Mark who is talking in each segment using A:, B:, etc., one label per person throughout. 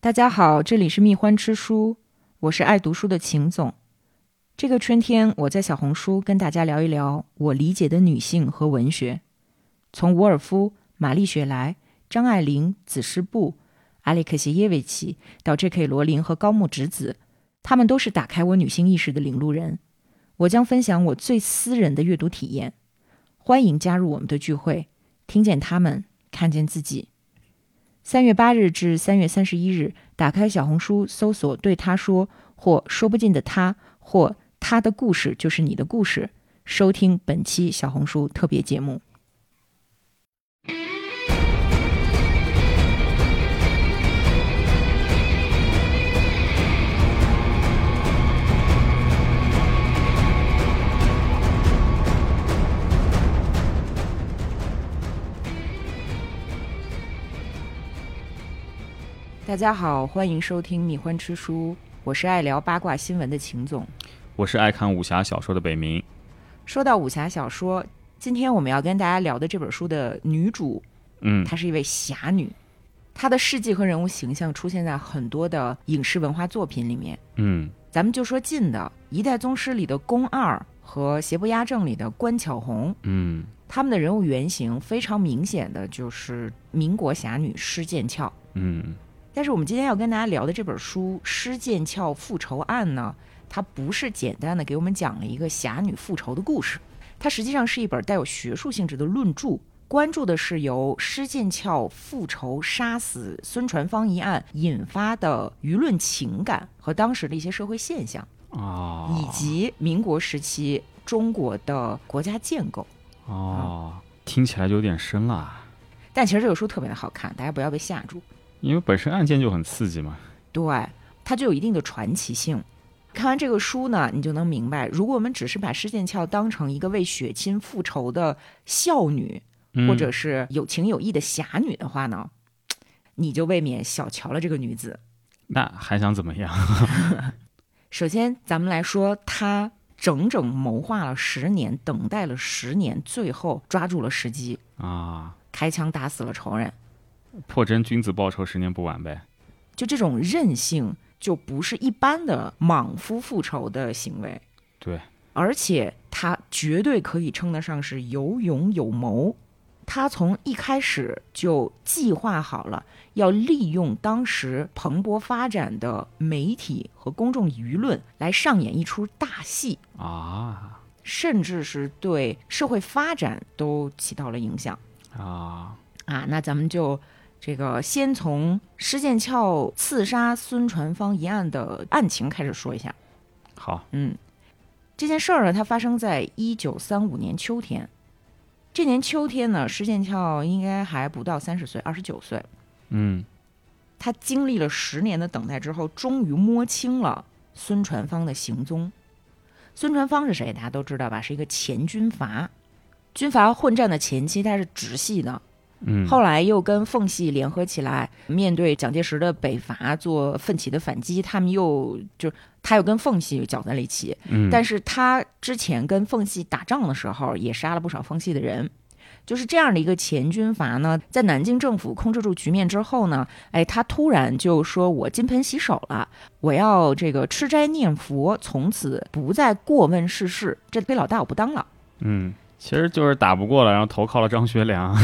A: 大家好，这里是蜜獾吃书，我是爱读书的秦总。这个春天，我在小红书跟大家聊一聊我理解的女性和文学，从伍尔夫、玛丽雪莱、张爱玲、子诗部、阿列克谢耶维奇到 J.K. 罗琳和高木直子，他们都是打开我女性意识的领路人。我将分享我最私人的阅读体验，欢迎加入我们的聚会，听见他们，看见自己。三月八日至三月三十一日，打开小红书搜索“对他说”或“说不尽的他”或“他的故事就是你的故事”，收听本期小红书特别节目。大家好，欢迎收听《蜜獾吃书》，我是爱聊八卦新闻的秦总。
B: 我是爱看武侠小说的北冥。
A: 说到武侠小说，今天我们要跟大家聊的这本书的女主，
B: 嗯，
A: 她是一位侠女，她的事迹和人物形象出现在很多的影视文化作品里面。
B: 嗯，
A: 咱们就说近的，《一代宗师》里的宫二和《邪不压正》里的关巧红，
B: 嗯，
A: 他们的人物原型非常明显的就是民国侠女施剑翘。
B: 嗯，
A: 但是我们今天要跟大家聊的这本书《施剑翘复仇案》呢，它不是简单的给我们讲了一个侠女复仇的故事，它实际上是一本带有学术性质的论著，关注的是由施剑翘复仇杀死孙传芳一案引发的舆论情感和当时的一些社会现象，
B: 啊，
A: 以及民国时期中国的国家建构。
B: 哦，听起来就有点深了，
A: 但其实这个书特别的好看，大家不要被吓住。
B: 因为本身案件就很刺激嘛。
A: 对，它就有一定的传奇性。看完这个书呢，你就能明白，如果我们只是把施剑翘当成一个为血亲复仇的孝女，
B: 嗯
A: 或者是有情有义的侠女的话呢，你就未免小瞧了这个女子。
B: 那还想怎么样？
A: 首先，咱们来说，她整整谋划了十年，等待了十年，最后抓住了时机，
B: 啊，
A: 开枪打死了仇人。
B: 破真君子报仇，十年不晚呗。
A: 就这种韧性，就不是一般的莽夫复仇的行为。
B: 对，
A: 而且他绝对可以称得上是有勇有谋。他从一开始就计划好了，要利用当时蓬勃发展的媒体和公众舆论来上演一出大戏，
B: 啊
A: 甚至是对社会发展都起到了影响
B: 啊，
A: 啊。那咱们就这个先从施剑翘刺杀孙传芳一案的案情开始说一下。
B: 好，
A: 嗯，这件事儿呢，它发生在一九三五年秋天。这年秋天呢，施剑翘应该还不到三十岁，二十九岁。
B: 嗯
A: 他经历了十年的等待之后，终于摸清了孙传芳的行踪。孙传芳是谁？大家都知道吧？是一个前军阀，军阀混战的前期他是直系的，
B: 嗯，
A: 后来又跟奉系联合起来，面对蒋介石的北伐做奋起的反击，他们又就他又跟奉系搅在了一起，
B: 嗯，
A: 但是他之前跟奉系打仗的时候，也杀了不少奉系的人。就是这样的一个前军阀呢，在南京政府控制住局面之后呢，哎，他突然就说：“我金盆洗手了，我要这个吃斋念佛，从此不再过问世事，这黑老大我不当了。
B: 嗯，其实就是打不过了，然后投靠了张学良。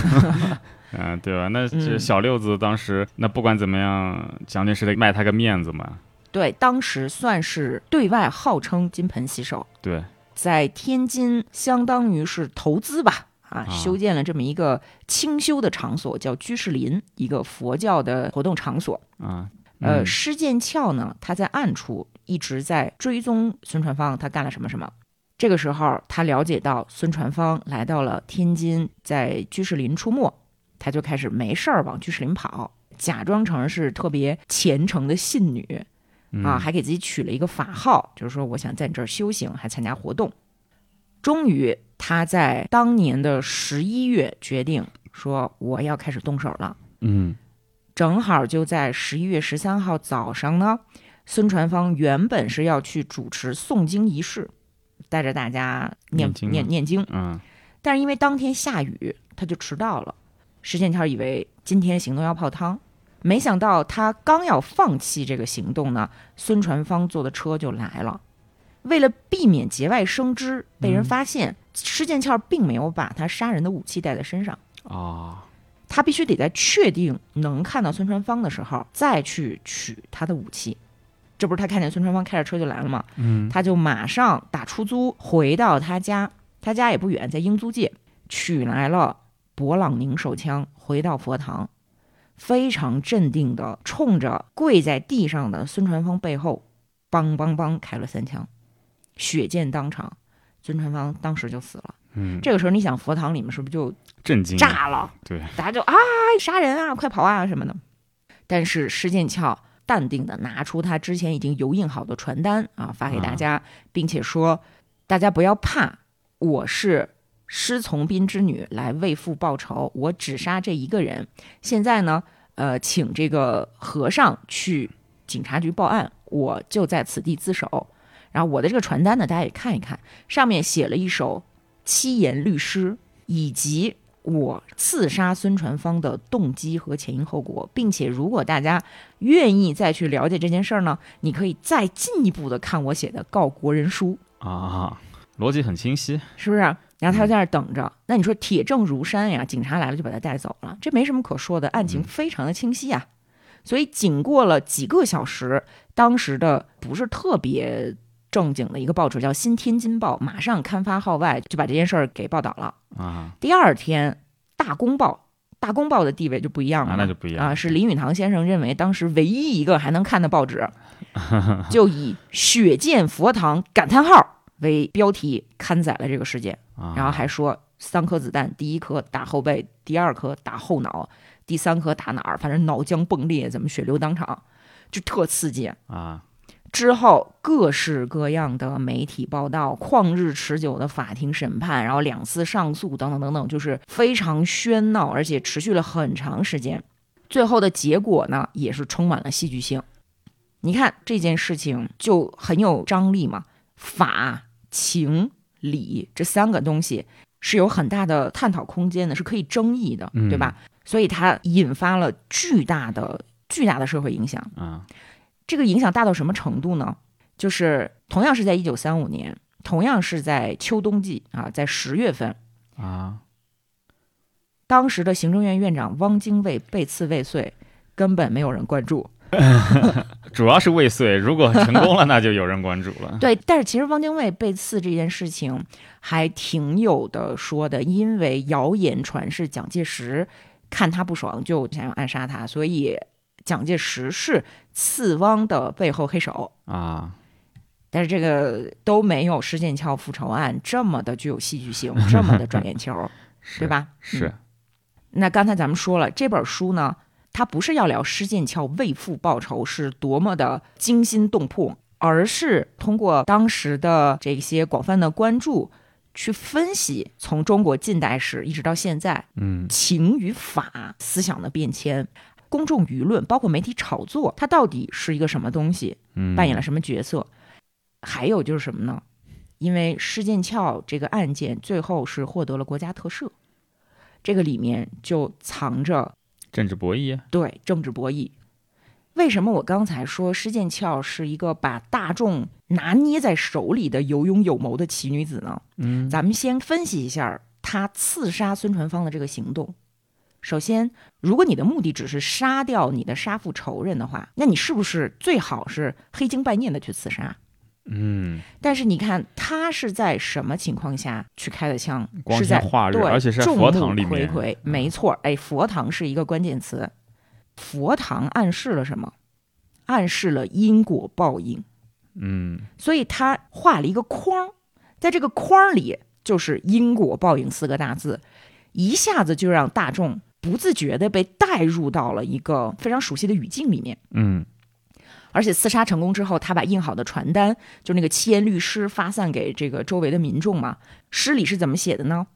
B: 嗯，对吧？那这
A: 嗯
B: 小六子当时，那不管怎么样，蒋介石得卖他个面子嘛。”
A: 对，当时算是对外号称金盆洗手，
B: 对，
A: 在天津相当于是投资吧，啊，
B: 啊
A: 修建了这么一个清修的场所，叫居士林，一个佛教的活动场所。
B: 啊，
A: 呃，
B: 嗯
A: 施剑翘呢，他在暗处一直在追踪孙传芳，他干了什么什么。这个时候，他了解到孙传芳来到了天津，在居士林出没，他就开始没事儿往居士林跑，假装成是特别虔诚的信女啊，还给自己取了一个法号，就是说我想在你这儿修行，还参加活动。终于，他在当年的十一月决定说我要开始动手了。
B: 嗯
A: 正好就在十一月十三号早上呢，孙传芳原本是要去主持诵经仪式，带着大家念
B: 念经吗
A: 念念经，
B: 嗯
A: 但是因为当天下雨，他就迟到了。石剑桥以为今天行动要泡汤，没想到他刚要放弃这个行动呢，孙传芳坐的车就来了。为了避免节外生枝被
B: 嗯
A: 人发现，施剑翘并没有把他杀人的武器带在身上，
B: 啊，
A: 他必须得在确定能看到孙传芳的时候再去取他的武器。这不是他看见孙传芳开着车就来了吗？
B: 嗯
A: 他就马上打出租回到他家，他家也不远，在英租界，取来了勃朗宁手枪，回到佛堂，非常镇定的冲着跪在地上的孙传芳背后，梆梆梆开了三枪，血溅当场，孙传芳当时就死了。
B: 嗯，
A: 这个时候，你想佛堂里面是不是就
B: 震惊，
A: 炸了？
B: 对，
A: 大家就啊杀人啊，快跑啊什么的。但是施剑翘淡定的拿出他之前已经油印好的传单啊，发给大家，并且说：“大家不要怕，我是施从斌之女，来为父报仇，我只杀这一个人。现在呢，呃，请这个和尚去警察局报案，我就在此地自首。”然后我的这个传单呢，大家也看一看，上面写了一首七言律诗，以及我刺杀孙传芳的动机和前因后果，并且如果大家愿意再去了解这件事儿呢，你可以再进一步的看我写的告国人书，
B: 啊，逻辑很清晰，
A: 是不是？然
B: 嗯
A: 后他就在那儿等着。那你说铁证如山呀，警察来了就把他带走了，这没什么可说的，案
B: 嗯
A: 情非常的清晰啊。所以仅过了几个小时，当时的不是特别正经的一个报纸叫《新天津报》，马上刊发号外，就把这件事儿给报道了。
B: 啊，
A: 第二天，《大公报》《大公报》的地位就不一样了
B: 啊
A: 嘛，
B: 那就不一样
A: 啊，是林语堂先生认为当时唯一一个还能看的报纸，就以“血溅佛堂”感叹号为标题刊载了这个事件，
B: 啊，
A: 然后还说三颗子弹，第一颗打后背，第二颗打后脑，第三颗打哪儿，反正脑浆迸裂，怎么血流当场，就特刺激。
B: 啊，
A: 之后，各式各样的媒体报道、旷日持久的法庭审判，然后两次上诉等等等等，就是非常喧闹，而且持续了很长时间。最后的结果呢，也是充满了戏剧性。你看这件事情就很有张力嘛，法、情、理这三个东西是有很大的探讨空间的，是可以争议的，
B: 嗯
A: 对吧？所以它引发了巨大的、巨大的社会影响。
B: 啊，
A: 这个影响大到什么程度呢？就是同样是在一九三五年，同样是在秋冬季啊，在十月份，
B: 啊，
A: 当时的行政院院长汪精卫被刺未遂，根本没有人关注。
B: 主要是未遂，如果成功了，那就有人关注了，
A: 对，但是其实汪精卫被刺这件事情还挺有的说的，因为谣言传是蒋介石看他不爽就想要暗杀他，所以蒋介石是刺汪的背后黑手。
B: 啊，
A: 但是这个都没有施剑翘复仇案这么的具有戏剧性，这么的转眼球，
B: 是
A: 对？吧？
B: 是
A: 嗯。那刚才咱们说了，这本书呢，它不是要聊施剑翘为父报仇是多么的惊心动魄，而是通过当时的这些广泛的关注，去分析从中国近代史一直到现在
B: 嗯
A: 情与法思想的变迁。公众舆论，包括媒体炒作，它到底是一个什么东西？
B: 嗯，
A: 扮演了什么角色。还有就是什么呢？因为施剑翘这个案件最后是获得了国家特赦，这个里面就藏着
B: 政治博弈，
A: 对政治博弈。为什么我刚才说施剑翘是一个把大众拿捏在手里的有勇有谋的奇女子呢？
B: 嗯
A: 咱们先分析一下她刺杀孙传芳的这个行动。首先，如果你的目的只是杀掉你的杀父仇人的话，那你是不是最好是黑惊白念的去刺杀？
B: 嗯，
A: 但是你看，他是在什么情况下去开的枪？
B: 光
A: 是在
B: 天化日，
A: 对，
B: 而且是在
A: 众
B: 佛
A: 目
B: 堂里
A: 睽
B: 面，嗯
A: 睽没错，哎，佛堂是一个关键词。佛堂暗示了什么？暗示了因果报应，
B: 嗯
A: 所以他画了一个框，在这个框里就是因果报应四个大字，一下子就让大众不自觉地被带入到了一个非常熟悉的语境里面。
B: 嗯
A: 而且刺杀成功之后，他把印好的传单，就那个七言律诗，发散给这个周围的民众嘛。诗里是怎么写的呢？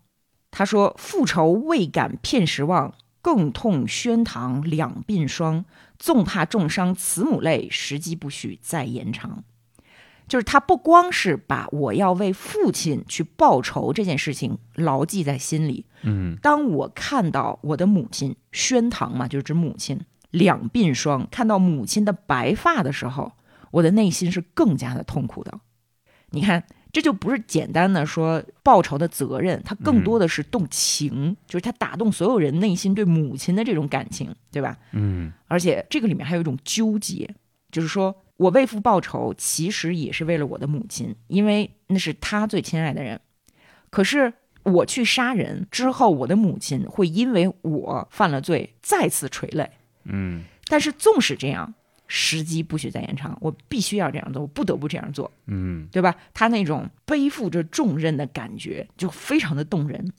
A: 他说：“复仇未敢骗时望，更痛宣堂两鬓霜。纵怕重伤慈母泪，时机不许再延长。”就是他不光是把我要为父亲去报仇这件事情牢记在心里，
B: 嗯
A: 当我看到我的母亲宣堂嘛，就是指母亲两鬓霜，看到母亲的白发的时候，我的内心是更加的痛苦的。你看，这就不是简单的说报仇的责任，它更多的是动情，就是它打动所有人内心对母亲的这种感情，对吧？
B: 嗯
A: 而且这个里面还有一种纠结，就是说我为父报仇，其实也是为了我的母亲，因为那是他最亲爱的人。可是我去杀人之后，我的母亲会因为我犯了罪再次垂泪。
B: 嗯
A: 但是纵使这样，时机不许再延长，我必须要这样做，我不得不这样做，
B: 嗯
A: 对吧？他那种背负着重任的感觉就非常的动人，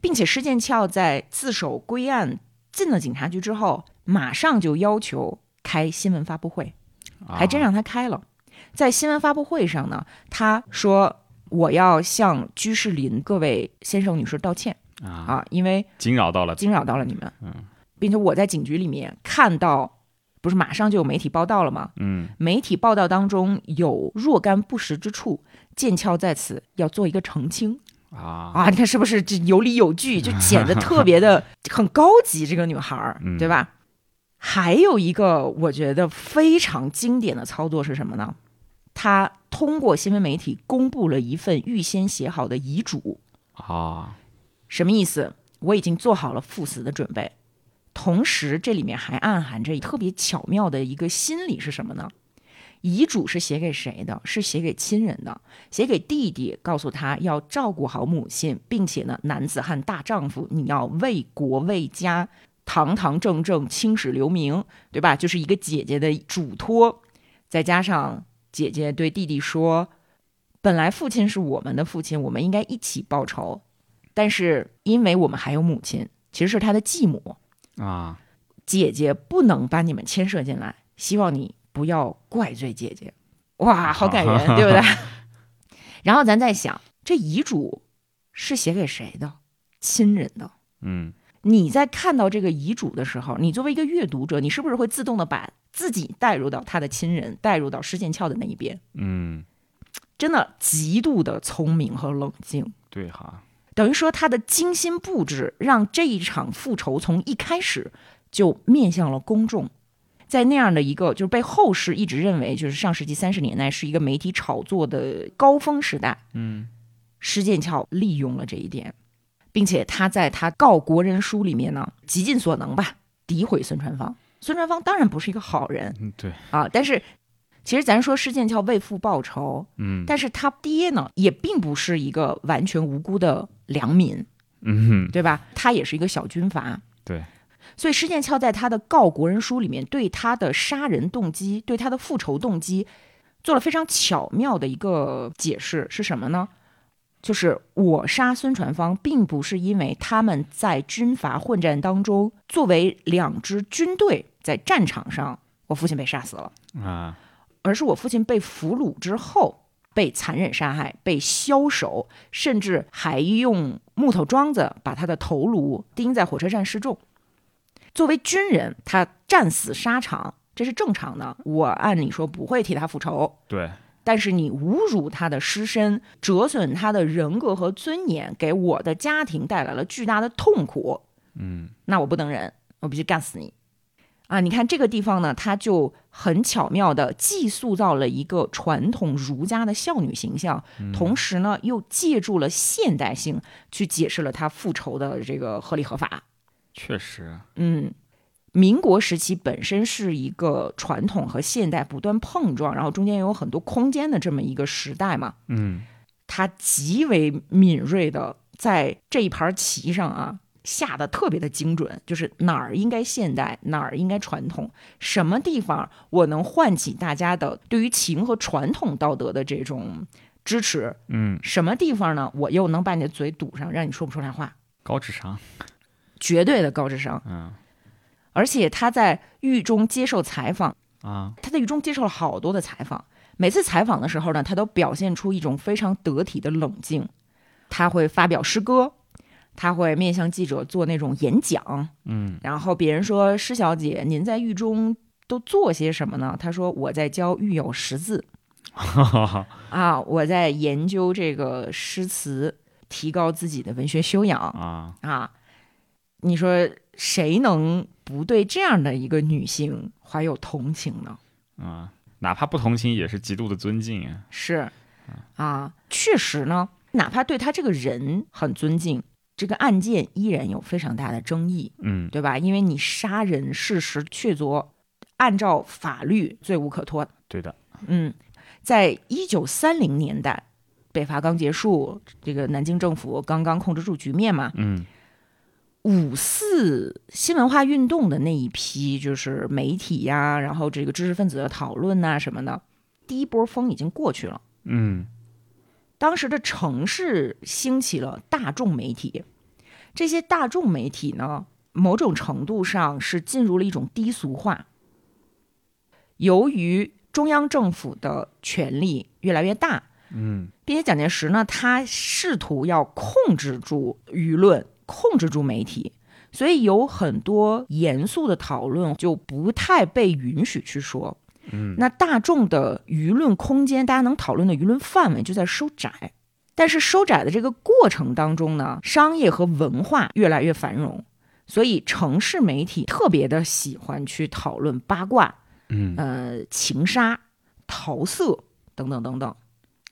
A: 并且施剑翘在自首归案进了警察局之后，马上就要求开新闻发布会，
B: 啊
A: 还真让他开了。在新闻发布会上呢，他说：“我要向居士林各位先生女士道歉
B: 啊，
A: 啊，因为
B: 惊扰到了，
A: 惊扰到了你们。”
B: 嗯
A: 并且我在警局里面看到，不是马上就有媒体报道了吗？
B: 嗯
A: 媒体报道当中有若干不实之处，剑鞘在此要做一个澄清
B: 啊，
A: 啊！你看是不是这有理有 据，就显得特别的很高级，这个女孩儿
B: 嗯，
A: 对吧？还有一个我觉得非常经典的操作是什么呢？她通过新闻媒体公布了一份预先写好的遗嘱，
B: 啊，
A: 什么意思？我已经做好了赴死的准备。同时，这里面还暗含着特别巧妙的一个心理是什么呢？遗嘱是写给谁的？是写给亲人的，写给弟弟，告诉他要照顾好母亲，并且呢，男子汉大丈夫，你要为国为家，堂堂正正，青史留名，对吧？就是一个姐姐的嘱托，再加上姐姐对弟弟说，本来父亲是我们的父亲，我们应该一起报仇，但是因为我们还有母亲，其实是他的继母，
B: 啊
A: 姐姐不能把你们牵涉进来，希望你不要怪罪姐姐。哇，好感人，对不对？然后咱再想，这遗嘱是写给谁的？亲人的。
B: 嗯
A: 你在看到这个遗嘱的时候，你作为一个阅读者，你是不是会自动的把自己带入到他的亲人，带入到施剑翘的那一边？
B: 嗯，
A: 真的极度的聪明和冷静。
B: 对哈，
A: 等于说他的精心布置，让这一场复仇从一开始就面向了公众，在那样的一个就是被后世一直认为就是上世纪三十年代是一个媒体炒作的高峰时代，
B: 嗯
A: 施剑翘利用了这一点，并且他在他告国人书里面呢，极尽所能吧，诋毁孙传芳。孙传芳当然不是一个好人
B: 嗯对，
A: 啊，但是其实咱说施剑翘为父报仇，
B: 嗯
A: 但是他爹呢也并不是一个完全无辜的良民，
B: 嗯
A: 对吧？他也是一个小军阀。
B: 对，
A: 所以施剑翘在他的《告国人书》里面，对他的杀人动机、对他的复仇动机，做了非常巧妙的一个解释，是什么呢？就是我杀孙传芳，并不是因为他们在军阀混战当中，作为两支军队在战场上，我父亲被杀死了，
B: 啊
A: 而是我父亲被俘虏之后被残忍杀害、被枭首，甚至还用木头桩子把他的头颅钉在火车站示众。作为军人，他战死沙场，这是正常的。我按理说不会替他复仇，
B: 对，
A: 但是你侮辱他的尸身，折损他的人格和尊严，给我的家庭带来了巨大的痛苦。
B: 嗯
A: 那我不能忍，我必须干死你。啊，你看这个地方呢，它就很巧妙的既塑造了一个传统儒家的孝女形象，同时呢又借助了现代性去解释了她复仇的这个合理合法。
B: 确实，
A: 嗯，民国时期本身是一个传统和现代不断碰撞，然后中间有很多空间的这么一个时代嘛。
B: 嗯
A: 他极为敏锐的在这一盘棋上啊下的特别的精准，就是哪儿应该现代，哪儿应该传统，什么地方我能唤起大家的对于情和传统道德的这种支持，
B: 嗯，
A: 什么地方呢，我又能把你的嘴堵上，让你说不出来话，
B: 高智商，
A: 绝对的高智商。
B: 嗯
A: 而且他在狱中接受采访，
B: 啊
A: 他在狱中接受了好多的采访，每次采访的时候呢，他都表现出一种非常得体的冷静。他会发表诗歌，他会面向记者做那种演讲，
B: 嗯
A: 然后别人说：“施小姐，您在狱中都做些什么呢？”他说：“我在教狱友识字啊，我在研究这个诗词，提高自己的文学修养
B: 啊
A: 啊。”你说谁能不对这样的一个女性怀有同情呢？
B: 啊，哪怕不同情，也是极度的尊敬啊。
A: 是啊，确实呢，哪怕对他这个人很尊敬，这个案件依然有非常大的争议，
B: 嗯，
A: 对吧？因为你杀人事实确凿，按照法律罪无可脱。
B: 对的，
A: 嗯，在一九三零年代，北伐刚结束，这个南京政府刚刚控制住局面嘛，
B: 嗯
A: 五四新文化运动的那一批，就是媒体呀、然后这个知识分子的讨论呐、什么的，第一波风已经过去了。
B: 嗯
A: 当时的城市兴起了大众媒体，这些大众媒体呢，某种程度上是进入了一种低俗化。由于中央政府的权力越来越大，
B: 嗯
A: 并且蒋介石呢，他试图要控制住舆论，控制住媒体，所以有很多严肃的讨论就不太被允许去说。
B: 嗯，
A: 那大众的舆论空间，大家能讨论的舆论范围就在收窄。但是收窄的这个过程当中呢，商业和文化越来越繁荣，所以城市媒体特别的喜欢去讨论八卦，
B: 嗯
A: 呃情杀、桃色等等等等。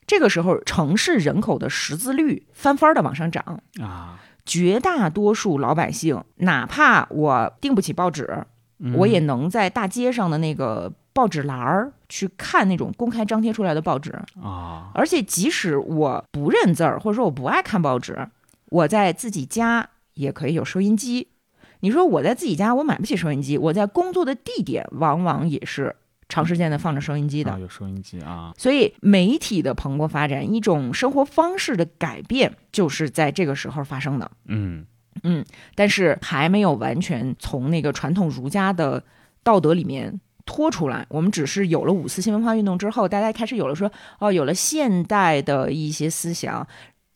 A: 这个时候，城市人口的识字率翻番的往上涨，
B: 啊，
A: 绝大多数老百姓，哪怕我订不起报纸，
B: 嗯
A: 我也能在大街上的那个报纸栏儿去看那种公开张贴出来的报纸。
B: 啊，
A: 而且，即使我不认字儿，或者说我不爱看报纸，我在自己家也可以有收音机。你说我在自己家，我买不起收音机，我在工作的地点往往也是长时间的放着收音机的。
B: 啊有收音机啊，
A: 所以，媒体的蓬勃发展，一种生活方式的改变，就是在这个时候发生的。
B: 嗯
A: 但是，还没有完全从那个传统儒家的道德里面脱出来。我们只是有了五四新文化运动之后，大家开始有了说，哦，有了现代的一些思想。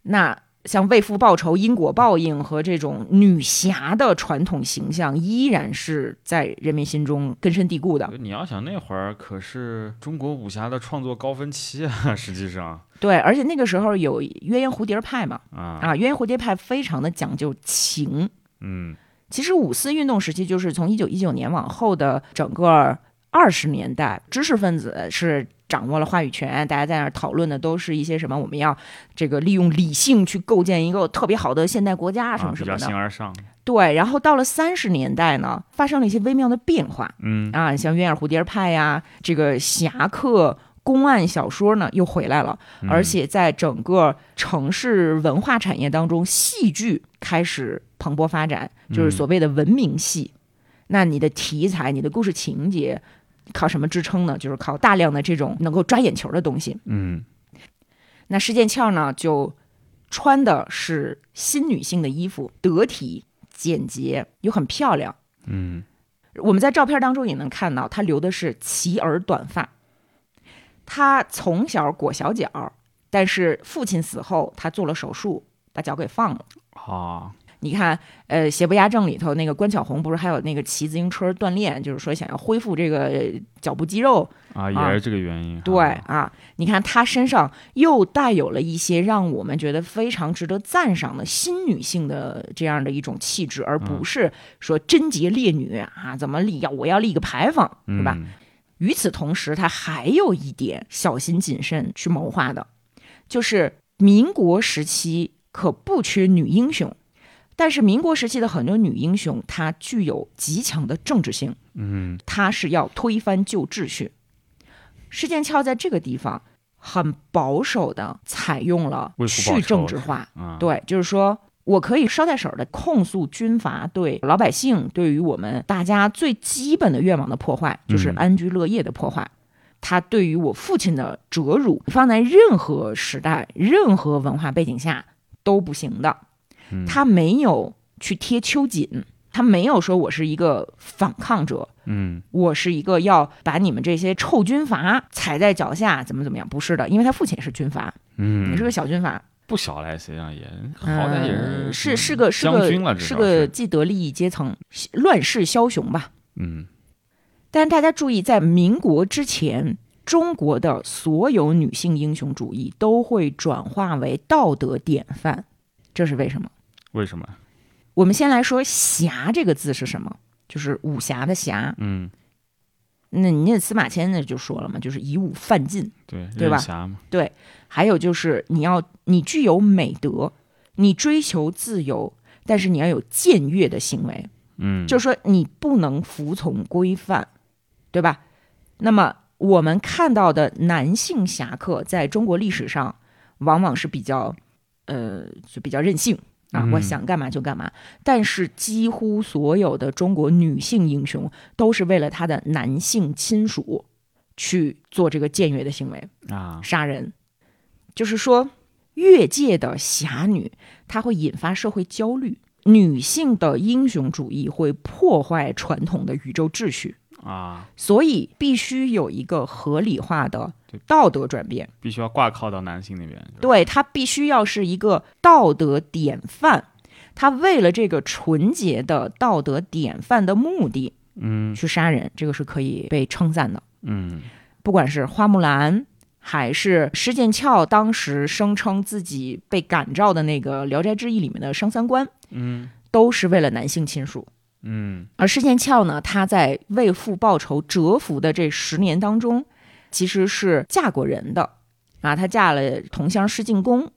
A: 那像为父报仇、因果报应和这种女侠的传统形象，依然是在人民心中根深蒂固的。
B: 你要想那会儿可是中国武侠的创作高峰期啊，实际上
A: 对，而且那个时候有鸳鸯蝴蝶派嘛，
B: 啊，
A: 啊，鸳鸯蝴蝶派非常的讲究情。
B: 嗯
A: 其实五四运动时期，就是从一九一九年往后的整个二十年代，知识分子是掌握了话语权，大家在那儿讨论的都是一些什么，我们要这个利用理性去构建一个特别好的现代国家什
B: 啊，
A: 么
B: 比
A: 什
B: 较
A: 么的。
B: 形而上，
A: 对，然后到了三十年代呢，发生了一些微妙的变化
B: 嗯
A: 啊，像鸳鸯蝴蝶派呀、这个侠客。公案小说呢又回来了，
B: 嗯
A: 而且在整个城市文化产业当中，戏剧开始蓬勃发展，就是所谓的文明戏。那你的题材、你的故事情节，靠什么支撑呢？就是靠大量的这种能够抓眼球的东西。
B: 嗯
A: 那施剑翘呢，就穿的是新女性的衣服，得体、简洁又很漂亮。
B: 嗯
A: 我们在照片当中也能看到，她留的是齐耳短发。她从小裹小脚，但是父亲死后，她做了手术，把脚给放了。
B: 啊，
A: 你看，呃，《邪不压正》里头那个关巧红不是还有那个骑自行车锻炼，就是说想要恢复这个呃脚部肌肉？
B: 啊，
A: 啊
B: 也是这个原因。
A: 对
B: 啊
A: 啊，你看她身上又带有了一些让我们觉得非常值得赞赏的新女性的这样的一种气质，而不是说贞洁烈女啊，怎么立要我要立个牌坊，对吧？？
B: 嗯
A: 与此同时，他还有一点小心谨慎去谋划的，就是民国时期可不缺女英雄，但是民国时期的很多女英雄，她具有极强的政治性，
B: 嗯
A: 她是要推翻旧秩序。施剑翘在这个地方很保守的采用了
B: 为父报
A: 去
B: 仇
A: 政治化，
B: 啊，
A: 对，就是说我可以捎带手的控诉军阀对老百姓对于我们大家最基本的愿望的破坏，就是
B: 嗯
A: 安居乐业的破坏。他对于我父亲的折辱，放在任何时代、任何文化背景下都不行的。
B: 嗯
A: 他没有去贴秋瑾，他没有说我是一个反抗者，
B: 嗯
A: 我是一个要把你们这些臭军阀踩在脚下，怎么怎么样？不是的，因为他父亲也是军阀，
B: 嗯，
A: 也是个小军阀。
B: 不小了，实际上也好歹也
A: 嗯
B: 是
A: 是是个是
B: 将军了，
A: 个
B: 至
A: 是
B: 少
A: 个既得利益阶层，乱世枭雄吧。
B: 嗯
A: 但是大家注意，在民国之前，中国的所有女性英雄主义都会转化为道德典范，这是为什么？
B: 为什么
A: 我们先来说“侠”这个字是什么？就是武侠的侠。
B: 嗯，
A: 那你那司马迁那就说了嘛，就是以武犯禁。
B: 对，
A: 对吧
B: 任侠嘛，
A: 还有就是你要你具有美德，你追求自由，但是你要有僭越的行为，
B: 嗯，
A: 就是说你不能服从规范，对吧？那么我们看到的男性侠客在中国历史上往往是比较，呃，就比较任性啊，
B: 嗯
A: 我想干嘛就干嘛。但是几乎所有的中国女性英雄都是为了她的男性亲属去做这个僭越的行为。
B: 啊，
A: 杀人，就是说越界的侠女，她会引发社会焦虑。女性的英雄主义会破坏传统的宇宙秩序，
B: 啊，
A: 所以必须有一个合理化的
B: 对
A: 道德转变。
B: 必须要挂靠到男性那边。就是，
A: 对，她必须要是一个道德典范。她为了这个纯洁的道德典范的目的
B: 嗯
A: 去杀人，这个是可以被称赞的。
B: 嗯
A: 不管是花木兰，还是施剑翘当时声称自己被感召的那个《聊斋志异》里面的商三官，
B: 嗯
A: 都是为了男性亲属。
B: 嗯
A: 而施剑翘呢，她在为父报仇蛰伏的这十年当中，其实是嫁过人的啊，她嫁了同乡施晋公。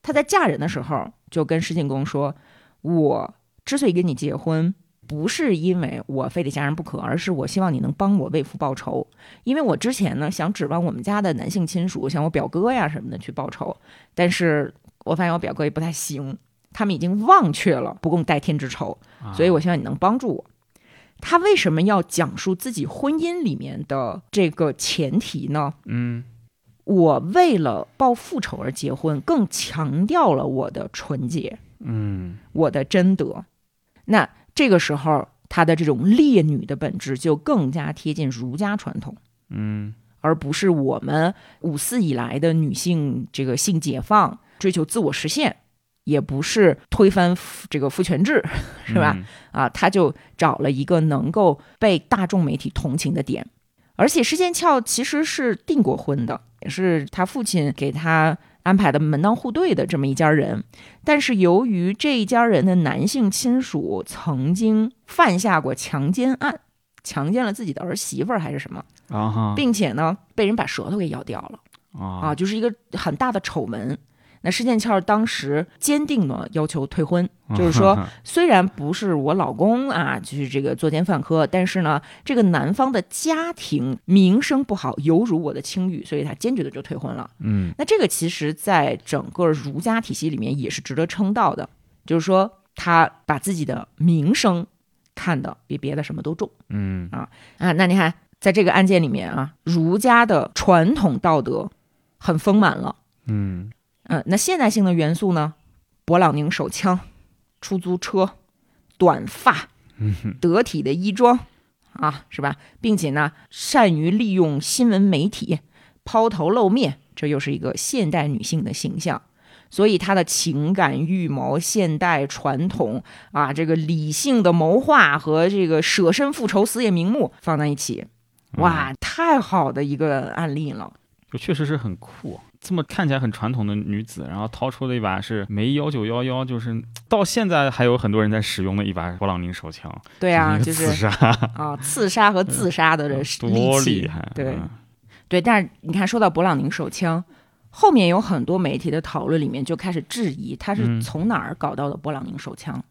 A: 她在嫁人的时候就跟施晋公说：“我之所以跟你结婚，不是因为我非得嫁人不可，而是我希望你能帮我为父报仇。因为我之前呢想指望我们家的男性亲属，像我表哥呀什么的去报仇，但是我发现我表哥也不太行，他们已经忘却了不共戴天之仇。
B: 啊，
A: 所以我希望你能帮助我。他为什么要讲述自己婚姻里面的这个前提呢？
B: 嗯
A: 我为了报复仇而结婚，更强调了我的纯洁，
B: 嗯
A: 我的贞德。那这个时候，他的这种烈女的本质就更加贴近儒家传统，
B: 嗯
A: 而不是我们五四以来的女性这个性解放、追求自我实现，也不是推翻父这个父权制，是吧？
B: 嗯
A: 啊，他就找了一个能够被大众媒体同情的点。而且施剑翘其实是订过婚的，也是他父亲给他安排的门当户对的这么一家人。但是由于这一家人的男性亲属曾经犯下过强奸案，强奸了自己的儿媳妇儿还是什么，
B: 啊哈
A: 并且呢被人把舌头给咬掉了啊，
B: 啊
A: 就是一个很大的丑闻。那施剑翘当时坚定的要求退婚，就是 说虽然不是我老公啊，就是这个作奸犯科，但是呢，这个男方的家庭名声不好，犹如我的清誉，所以他坚决的就退婚了。
B: 嗯
A: 那这个其实，在整个儒家体系里面也是值得称道的，就是说他把自己的名声看得比别的什么都重
B: 嗯
A: 啊。那你看，在这个案件里面啊，儒家的传统道德很丰满了。
B: 嗯
A: 嗯，那现代性的元素呢？勃朗宁手枪、出租车、短发、
B: 嗯
A: 得体的衣装啊，是吧？并且呢，善于利用新闻媒体抛头露面，这又是一个现代女性的形象。所以她的情感预谋、现代传统啊，这个理性的谋划和这个舍身复仇、死也瞑目放在一起，
B: 嗯
A: 哇，太好的一个案例了。
B: 就确实是很酷。这么看起来很传统的女子，然后掏出了一把是梅幺九幺幺，就是到现在还有很多人在使用的一把勃朗宁手枪，
A: 对啊，
B: 一个
A: 就是
B: 刺杀，啊
A: 啊，刺杀和自杀 的这利
B: 多
A: 器，
B: 厉害！
A: 对
B: 嗯
A: 对。但是你看，说到勃朗宁手枪，后面有很多媒体的讨论里面就开始质疑他是
B: 嗯
A: 从哪儿搞到的勃朗宁手枪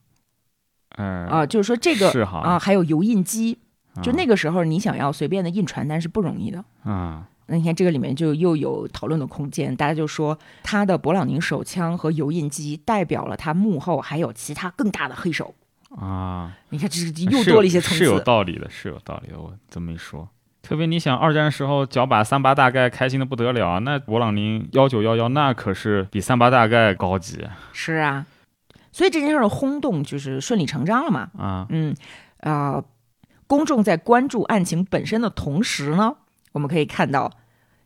B: 呃
A: 啊，就是说这个
B: 是哈
A: 啊，还有油印机，就
B: 啊
A: 那个时候你想要随便的印传单是不容易的。
B: 啊，
A: 那你看这个里面就又有讨论的空间，大家就说他的勃朗宁手枪和油印机代表了他幕后还有其他更大的黑手。
B: 啊，
A: 你看，这是
B: 是
A: 又
B: 有
A: 多了一些层
B: 是有
A: 次。
B: 道理的，是有道理的。我这么一说，特别你想二战时候脚把三八大盖开心的不得了，那勃朗宁幺九幺幺那可是比三八大盖高级
A: 是啊，所以这件事儿的轰动就是顺理成章了嘛。
B: 啊。
A: 嗯，啊，公众在关注案情本身的同时呢，我们可以看到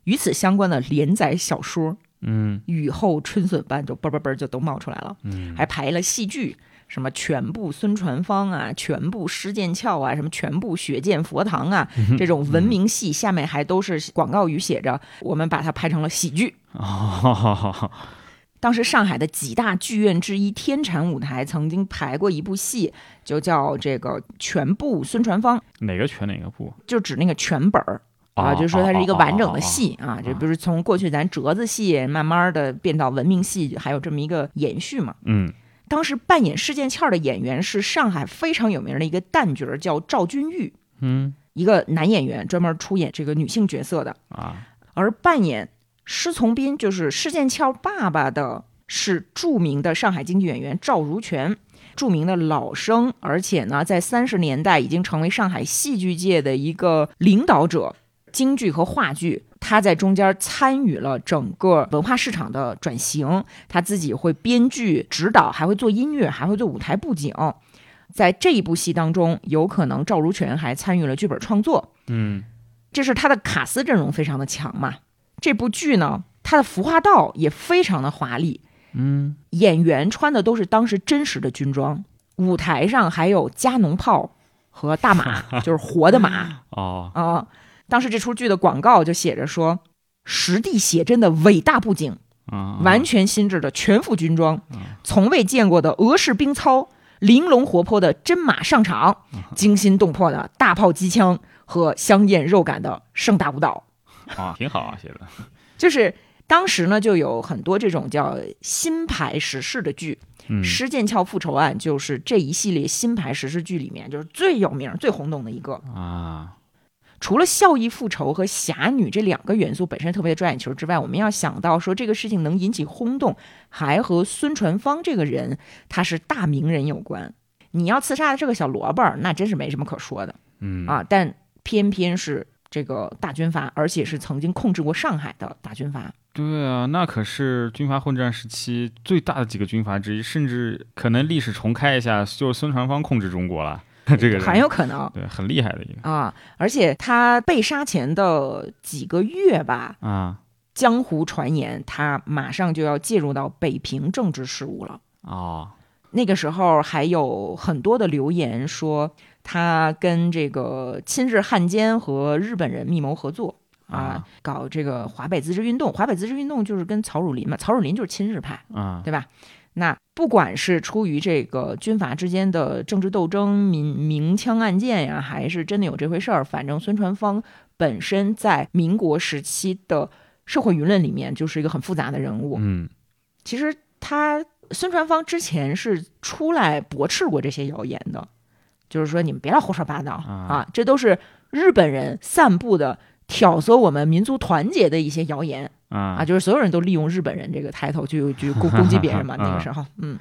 A: 与此相关的连载小说
B: 嗯
A: 雨后春笋般就嘣嘣嘣就都冒出来了，
B: 嗯
A: 还排了戏剧，什么全部孙传芳啊，全部施剑翘啊，什么全部血溅佛堂 啊，这种
B: 嗯
A: 文明戏下面还都是广告语写着，我们把它拍成了喜剧。
B: 哦，
A: 当时上海的几大剧院之一天蟾舞台曾经排过一部戏，就叫这个《全部孙传芳》，
B: 哪个全哪个部
A: 就指那个全本儿。啊，就是说它是一个完整的戏啊，这不是从过去咱折子戏慢慢的变到文明戏，还有这么一个延续嘛。
B: 嗯，
A: 当时扮演事件壳的演员是上海非常有名的一个旦角儿，叫赵君玉，
B: 嗯
A: 一个男演员，专门出演这个女性角色的。
B: 啊，
A: 而扮演施从斌，就是施剑翘爸爸的，是著名的上海京剧演员赵如权，著名的老生，而且呢，在三十年代已经成为上海戏剧界的一个领导者，京剧和话剧。他在中间参与了整个文化市场的转型，他自己会编剧、指导，还会做音乐，还会做舞台布景。在这一部戏当中，有可能赵如权还参与了剧本创作。
B: 嗯
A: 这是他的卡斯阵容非常的强嘛。这部剧呢，它的服化道也非常的华丽，
B: 嗯，
A: 演员穿的都是当时真实的军装，舞台上还有加农炮和大 马，就是活的马啊、
B: 哦，
A: 当时这出剧的广告就写着说，实地写真的伟大布景，
B: 啊，嗯
A: 完全新制的全副军装，从未见过的俄式兵操，玲珑活泼的真马上场，
B: 嗯
A: 惊心动魄的大炮机枪和香艳肉感的盛大舞蹈。
B: 啊，挺好啊，写的，
A: 就是当时呢，就有很多这种叫新牌时事的剧，
B: 嗯
A: 施剑翘复仇案》就是这一系列新牌时事剧里面就是最有名、最轰动的一个。
B: 啊，
A: 除了孝义复仇和侠女这两个元素本身特别抓眼球之外，我们要想到说这个事情能引起轰动，还和孙传芳这个人他是大名人有关。你要刺杀的这个小萝卜儿，那真是没什么可说的。
B: 嗯
A: 啊，但偏偏是这个大军阀，而且是曾经控制过上海的大军阀。
B: 对啊，那可是军阀混战时期最大的几个军阀之一，甚至可能历史重开一下，就是孙传芳控制中国了。 这个人
A: 很有可能
B: 对很厉害的一个
A: 啊。而且他被杀前的几个月吧，
B: 啊
A: 江湖传言他马上就要介入到北平政治事务了。
B: 哦
A: 那个时候还有很多的流言说他跟这个亲日汉奸和日本人密谋合作啊
B: 啊，
A: 搞这个华北自治运动。华北自治运动就是跟曹汝霖嘛，曹汝霖就是亲日派。
B: 啊
A: 对吧？那不管是出于这个军阀之间的政治斗争、明明枪暗箭呀，还是真的有这回事儿，反正孙传芳本身在民国时期的社会舆论里面就是一个很复杂的人物。
B: 嗯
A: 其实他孙传芳之前是出来驳斥过这些谣言的，就是说你们别老胡说八道啊，这都是日本人散布的挑唆我们民族团结的一些谣言。啊，
B: 啊，
A: 就是所有人都利用日本人这个抬头去去攻攻击别人嘛 那个时候，嗯。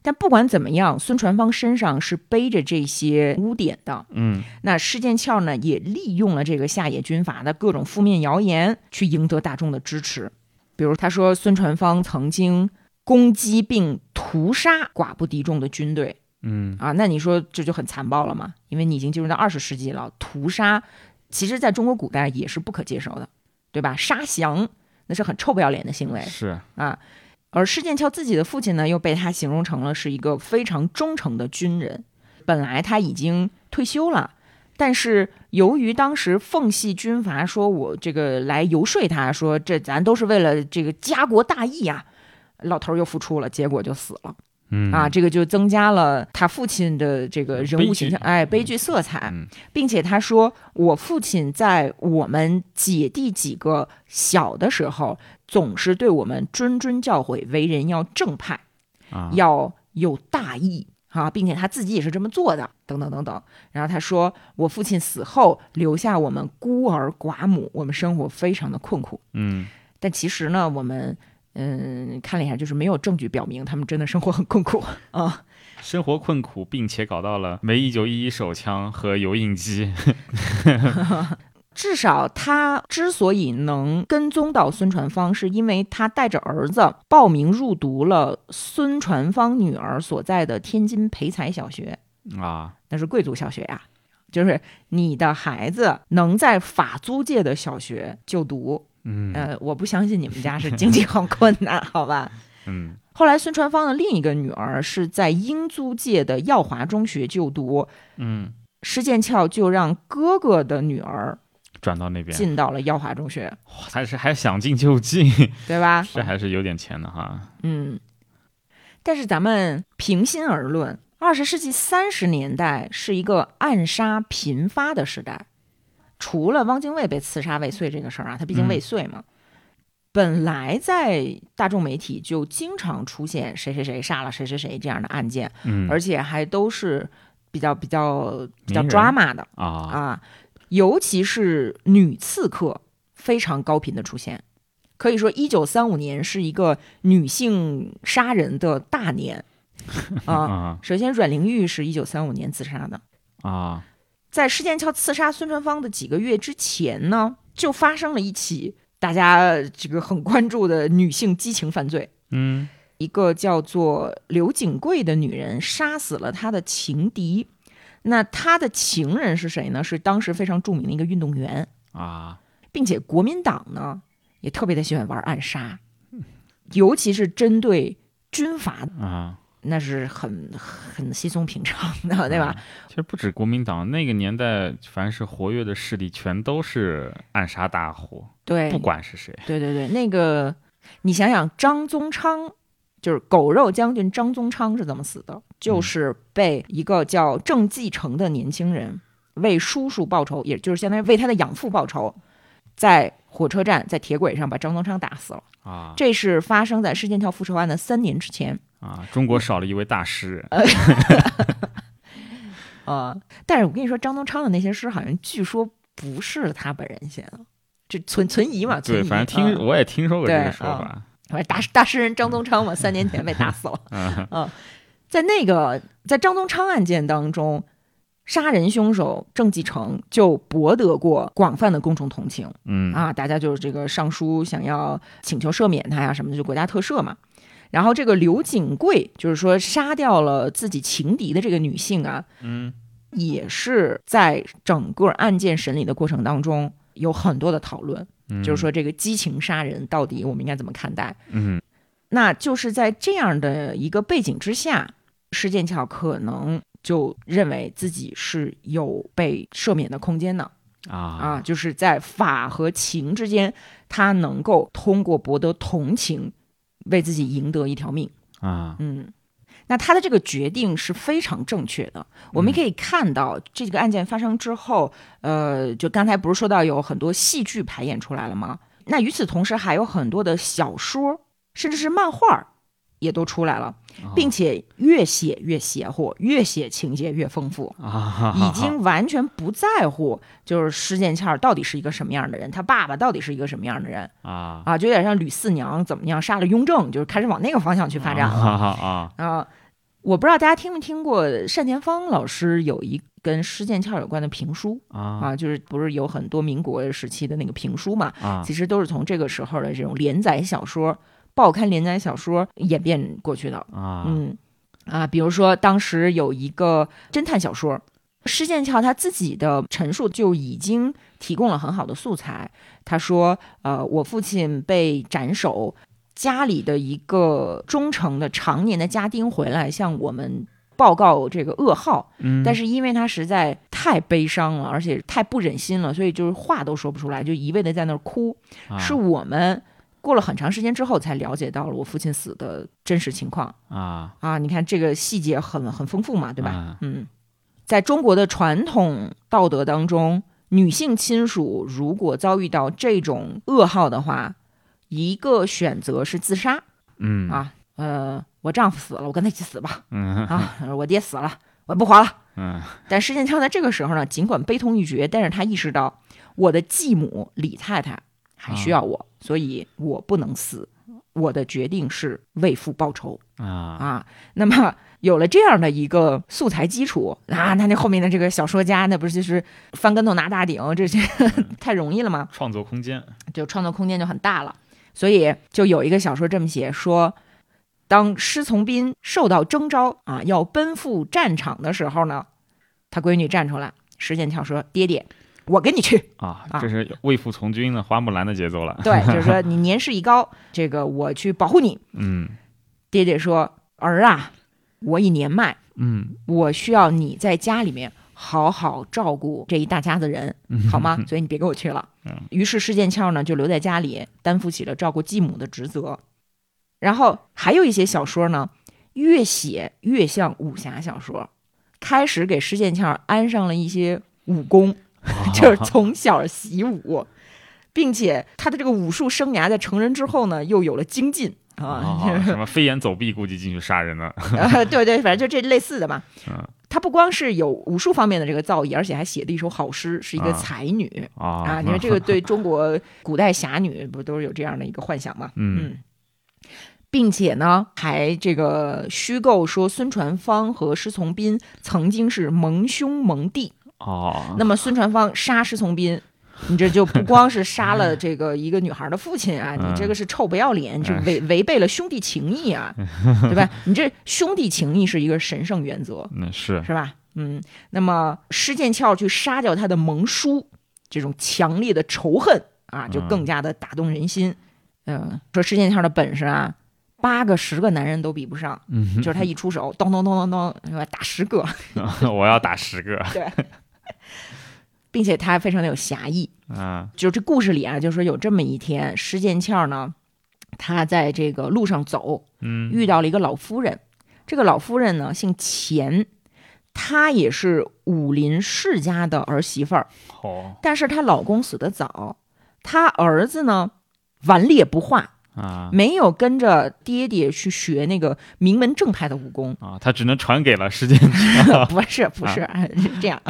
A: 但不管怎么样，孙传芳身上是背着这些污点的。
B: 嗯
A: 那施剑翘呢，也利用了这个下野军阀的各种负面谣言，去赢得大众的支持。比如他说，孙传芳曾经攻击并屠杀寡不敌众的军队，
B: 嗯
A: 啊，那你说这就很残暴了嘛？因为你已经进入到二十世纪了，屠杀其实在中国古代也是不可接受的，对吧？杀降那是很臭不要脸的行为
B: 是
A: 啊。而施剑翘自己的父亲呢，又被他形容成了是一个非常忠诚的军人。本来他已经退休了，但是由于当时奉系军阀说我这个来游说他说这咱都是为了这个家国大义啊，老头儿又复出了，结果就死了。
B: 嗯
A: 啊，这个就增加了他父亲的这个人物形象，
B: 悲剧
A: 哎，悲剧色彩，
B: 嗯
A: 并且他说，我父亲在我们姐弟几个小的时候，总是对我们谆谆教诲，为人要正派，
B: 啊
A: 要有大义。啊，并且他自己也是这么做的，等等等等。然后他说，我父亲死后留下我们孤儿寡母，我们生活非常的困苦。
B: 嗯
A: 但其实呢，我们嗯看了一下，就是没有证据表明他们真的生活很困苦啊。
B: 生活困苦，并且搞到了梅一九一一手枪和油印机
A: 至少他之所以能跟踪到孙传芳，是因为他带着儿子报名入读了孙传芳女儿所在的天津培才小学，
B: 啊
A: 那是贵族小学呀、就是你的孩子能在法租界的小学就读，
B: 嗯
A: 呃，我不相信你们家 是经济很困难，好吧？
B: 嗯
A: 后来，孙传芳的另一个女儿是在英租界的耀华中学就读，
B: 嗯
A: 施剑翘就让哥哥的女儿
B: 转到那边，
A: 进到了耀华中学，
B: 哇还是还想进就进，
A: 对吧？
B: 这还是有点钱的哈。
A: 嗯，但是咱们平心而论，二十世纪三十年代是一个暗杀频发的时代。除了汪精卫被刺杀未遂这个事儿啊，他毕竟
B: 嗯
A: 未遂嘛，本来在大众媒体就经常出现谁谁谁杀了谁谁谁这样的案件，
B: 嗯，
A: 而且还都是比较比较比较
B: 名人
A: drama 的
B: 啊，
A: 啊，尤其是女刺客非常高频的出现。可以说，一九三五年是一个女性杀人的大年啊。
B: 啊
A: 首先，阮玲玉是一九三五年自杀的，
B: 啊，
A: 在施剑翘刺杀孙传芳的几个月之前呢，就发生了一起大家这个很关注的女性激情犯罪。
B: 嗯
A: 一个叫做刘景贵的女人杀死了她的情敌。那她的情人是谁呢？是当时非常著名的一个运动员，
B: 啊，
A: 并且国民党呢也特别的喜欢玩暗杀，尤其是针对军阀，
B: 啊，
A: 那是很很稀松平常的，对吧？
B: 其实不止国民党，那个年代凡是活跃的势力，全都是暗杀大户，
A: 对，
B: 不管是谁。
A: 对对对，那个你想想，张宗昌就是狗肉将军张宗昌是怎么死
B: 嗯
A: 的？就是被一个叫郑继承的年轻人为叔叔报仇，也就是相当于为他的养父报仇，在火车站在铁轨上把张宗昌打死了。
B: 啊
A: 这是发生在施剑翘复仇案的三年之前。
B: 啊！中国少了一位大诗
A: 嗯
B: 人，
A: 呃，但是我跟你说，张宗昌的那些诗好像据说不是他本人写的，这存存疑嘛， 存
B: 对，
A: 疑。
B: 反正听、
A: 嗯
B: 我也听说过这
A: 对
B: 个说法。
A: 反正大大诗人张宗昌嘛，三年前被打死了。
B: 嗯
A: 在那个在张宗昌案件当中，杀人凶手郑继承就博得过广泛的公众同情
B: 嗯
A: 啊，大家就是这个上书想要请求赦免他呀什么的，就国家特赦嘛。然后这个刘景贵就是说杀掉了自己情敌的这个女性啊，
B: 嗯
A: 也是在整个案件审理的过程当中有很多的讨论，
B: 嗯，
A: 就是说这个激情杀人到底我们应该怎么看待？
B: 嗯
A: 那就是在这样的一个背景之下，施剑翘可能就认为自己是有被赦免的空间的
B: 啊
A: 啊，就是在法和情之间，他能够通过博得同情，为自己赢得一条命。
B: 啊
A: 嗯，那他的这个决定是非常正确的。我们可以看到，这个案件发生之后，呃，就刚才不是说到有很多戏剧排演出来了吗？那与此同时，还有很多的小说，甚至是漫画儿也都出来了，嗯
B: 啊哦
A: 并且越写越邪乎，越写情节越丰富。
B: 啊，
A: 已经完全不在乎，就是施剑翘到底是一个什么样的人，他爸爸到底是一个什么样的人
B: 啊
A: 啊，就有点像吕四娘怎么样杀了雍正，就是开始往那个方向去发展了。
B: 啊啊
A: 啊，我不知道大家听没听过单田芳老师有一跟施剑翘有关的评书
B: 啊
A: 啊，就是不是有很多民国时期的那个评书嘛？
B: 啊
A: 其实都是从这个时候的这种连载小说、报刊连载小说演变过去的。
B: 啊
A: 嗯啊，比如说当时有一个侦探小说。施剑翘他自己的陈述就已经提供了很好的素材。他说：“呃，我父亲被斩首，家里的一个忠诚的常年的家丁回来向我们报告这个噩耗，
B: 嗯，
A: 但
B: 是
A: 是因为他实在太悲伤了，而且太不忍心了，所以就是话都说不出来，就一味的在那儿哭。
B: 啊
A: 是我们过了很长时间之后才了解到了我父亲死的真实情况。”
B: 啊
A: 啊，你看这个细节很很丰富嘛，对吧？
B: 啊
A: 嗯，在中国的传统道德当中，女性亲属如果遭遇到这种噩耗的话，一个选择是自杀
B: 嗯
A: 啊，呃，我丈夫死了，我跟他一起死吧，
B: 嗯
A: 啊，我爹死了，我不活了。
B: 嗯
A: 但施剑翘在这个时候呢，尽管悲痛欲绝，但是他意识到我的继母李太太还
B: 啊
A: 需要我，所以我不能死，我的决定是为父报仇。
B: 啊
A: 啊，那么有了这样的一个素材基础啊，那那后面的这个小说家，那不是就是翻跟头拿大顶，这些 太容易了吗？
B: 创作空间
A: 就创作空间就很大了。所以就有一个小说这么写说，当施从斌受到征召啊，要奔赴战场的时候呢，他闺女站出来，石剑翘说：“爹爹，我跟你去。”
B: 啊
A: 啊，
B: 这是为父从军的花木兰的节奏了。
A: 对，就是说你年事已高，这个我去保护你。
B: 嗯
A: 爹爹说：“儿啊，我已年迈，
B: 嗯
A: 我需要你在家里面好好照顾这一大家子人，好吗？所以你别给我去了。于是施剑翘呢就留在家里，担负起了照顾继母的职责。然后还有一些小说呢，越写越像武侠小说，开始给施剑翘安上了一些武功，
B: 啊
A: 就是从小习武，并且他的这个武术生涯在成人之后呢，又有了精进啊，
B: 啊什么飞檐走壁，估计进去杀人了。
A: 呃， 对对，反正就这类似的嘛
B: 嗯。
A: 她不光是有武术方面的这个造诣，而且还写的一首好诗，是一个
B: 啊
A: 才女
B: 啊
A: 啊。你说这个对中国古代侠女不都是有这样的一个幻想嘛？
B: 嗯
A: 嗯，并且呢，还这个虚构说孙传芳和施从斌曾经是盟兄盟弟。
B: 哦，
A: 那么孙传芳杀施从斌。你这就不光是杀 了这个一个女孩的父亲啊，
B: 嗯
A: 你这个是臭不要脸，这
B: 嗯
A: 违违背了兄弟情谊啊，对吧？你这兄弟情谊是一个神圣原则，
B: 那是
A: 是吧？嗯，那么施剑翘去杀掉他的盟叔，这种强烈的仇恨啊，就
B: 嗯
A: 更加的打动人心。嗯、说施剑翘的本事啊，八个十个男人都比不上，
B: 嗯
A: 就是他一出手，咚咚咚咚咚，是吧？打十个，
B: 我要打十个
A: 并且他还非常的有侠义。
B: 啊
A: 就这故事里啊，就说有这么一天，施剑翘呢，他在这个路上走，
B: 嗯
A: 遇到了一个老夫人。这个老夫人呢，姓钱，她也是武林世家的儿媳妇儿，
B: 哦
A: 但是她老公死得早，她儿子呢顽劣不化，
B: 啊，
A: 没有跟着爹爹去学那个名门正派的武功
B: 啊，他只能传给了时间啊
A: 不是不是、 是这样，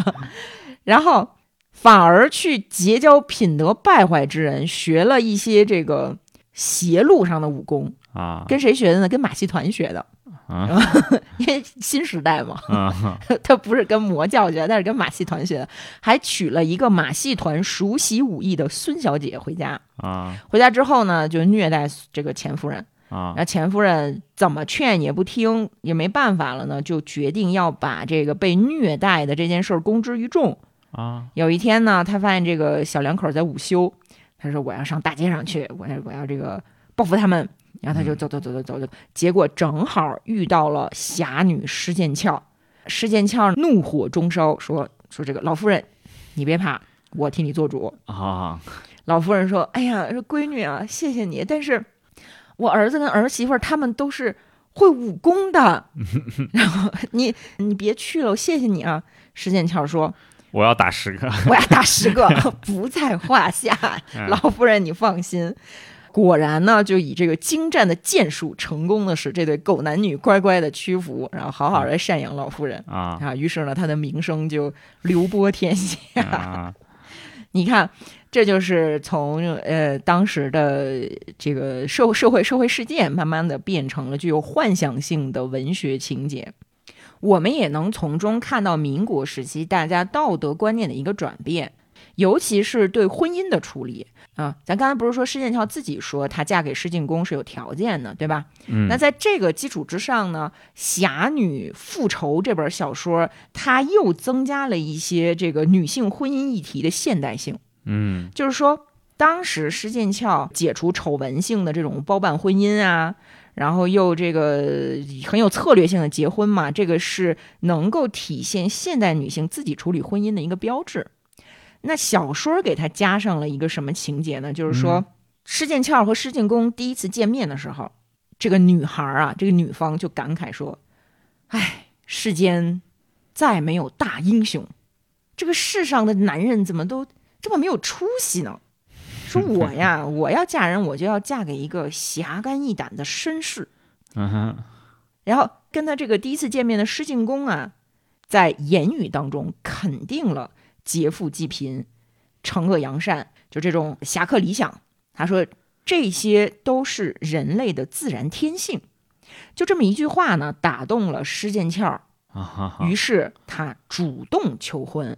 A: 然后反而去结交品德败坏之人，学了一些这个邪路上的武功，
B: 啊
A: 跟谁学的呢？跟马戏团学的，
B: 啊
A: 因为新时代嘛，
B: 啊
A: 他不是跟魔教学的，但是跟马戏团学的，还娶了一个马戏团熟悉武艺的孙小姐回家。
B: 啊
A: 回家之后呢，就虐待这个钱夫人，然
B: 啊
A: 后钱夫人怎么劝也不听，也没办法了呢，就决定要把这个被虐待的这件事儿公之于众。
B: 啊
A: 有一天呢，他发现这个小两口在午休，他说我要上大街上去，我要我要这个报复他们。然后他就走走走走走走，结果正好遇到了侠女施剑翘，施剑翘怒火中烧，说说这个老夫人，你别怕，我替你做主。
B: 啊
A: 老夫人说：“哎呀，说闺女啊，谢谢你，但是我儿子跟儿媳妇儿他们都是会武功的，然后你你别去了，我谢谢你啊。”石剑翘说
B: 我要打十个：“
A: 我要打十个，不在话下。
B: 嗯
A: 老夫人，你放心。”果然呢，就以这个精湛的剑术，成功的使这对狗男女乖乖的屈服，然后好好的赡养老夫人
B: 啊
A: 啊。于是呢，他的名声就流播天下。
B: 啊
A: 你看，这就是从呃当时的这个社会社会社会事件，慢慢的变成了具有幻想性的文学情节。我们也能从中看到民国时期大家道德观念的一个转变，尤其是对婚姻的处理啊。咱刚才不是说施剑翘自己说她嫁给施进公是有条件的，对吧？
B: 嗯
A: 那在这个基础之上呢，《侠女复仇》这本小说，它又增加了一些这个女性婚姻议题的现代性。
B: 嗯
A: 就是说，当时施剑翘解除丑闻性的这种包办婚姻啊，然后又这个很有策略性的结婚嘛，这个是能够体现现代女性自己处理婚姻的一个标志。那小说给它加上了一个什么情节呢？就是
B: 嗯
A: 说，施剑翘和施进公第一次见面的时候，这个女孩啊，这个女方就感慨说：“哎，世间再没有大英雄，这个世上的男人怎么都这么没有出息呢？说我呀，我要嫁人，我就要嫁给一个侠肝义胆的绅士。
B: 嗯哼
A: 然后跟他这个第一次见面的施进公啊，在言语当中肯定了劫富济贫、惩恶扬善，就这种侠客理想。他说这些都是人类的自然天性。就这么一句话呢，打动了施剑翘，
B: 啊哈哈
A: 于是他主动求婚。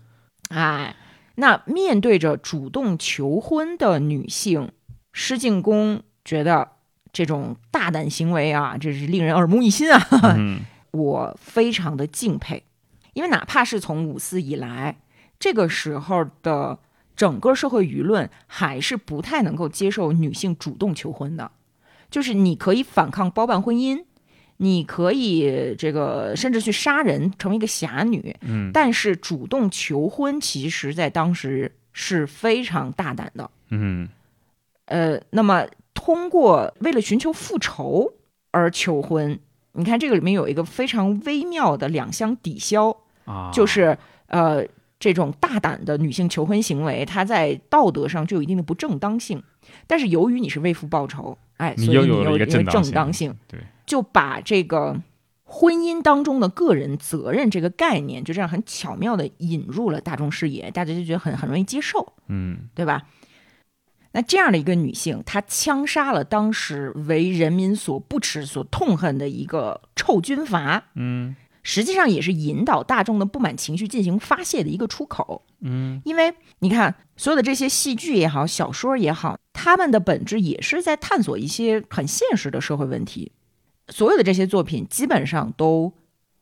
A: 哎，那面对着主动求婚的女性，施进公觉得这种大胆行为啊，这是令人耳目一新啊，
B: 嗯
A: 我非常的敬佩。因为哪怕是从五四以来，这个时候的整个社会舆论还是不太能够接受女性主动求婚的，就是你可以反抗包办婚姻，你可以这个甚至去杀人，成为一个侠女，
B: 嗯
A: 但是主动求婚，其实在当时是非常大胆的。
B: 嗯
A: 呃，那么通过为了寻求复仇而求婚，你看这个里面有一个非常微妙的两相抵消，
B: 啊，
A: 就是呃这种大胆的女性求婚行为，它在道德上就有一定的不正当性，但是由于你是为父报仇，哎，
B: 你
A: 所以
B: 又
A: 你
B: 有了
A: 有
B: 一个
A: 正
B: 正当性
A: 性，
B: 对，
A: 就把这个。婚姻当中的个人责任这个概念，就这样很巧妙的引入了大众视野，大家就觉得很很容易接受。
B: 嗯
A: 对吧？那这样的一个女性，她枪杀了当时为人民所不耻、所痛恨的一个臭军阀，
B: 嗯
A: 实际上也是引导大众的不满情绪进行发泄的一个出口。
B: 嗯
A: 因为你看，所有的这些戏剧也好、小说也好，他们的本质也是在探索一些很现实的社会问题。所有的这些作品基本上都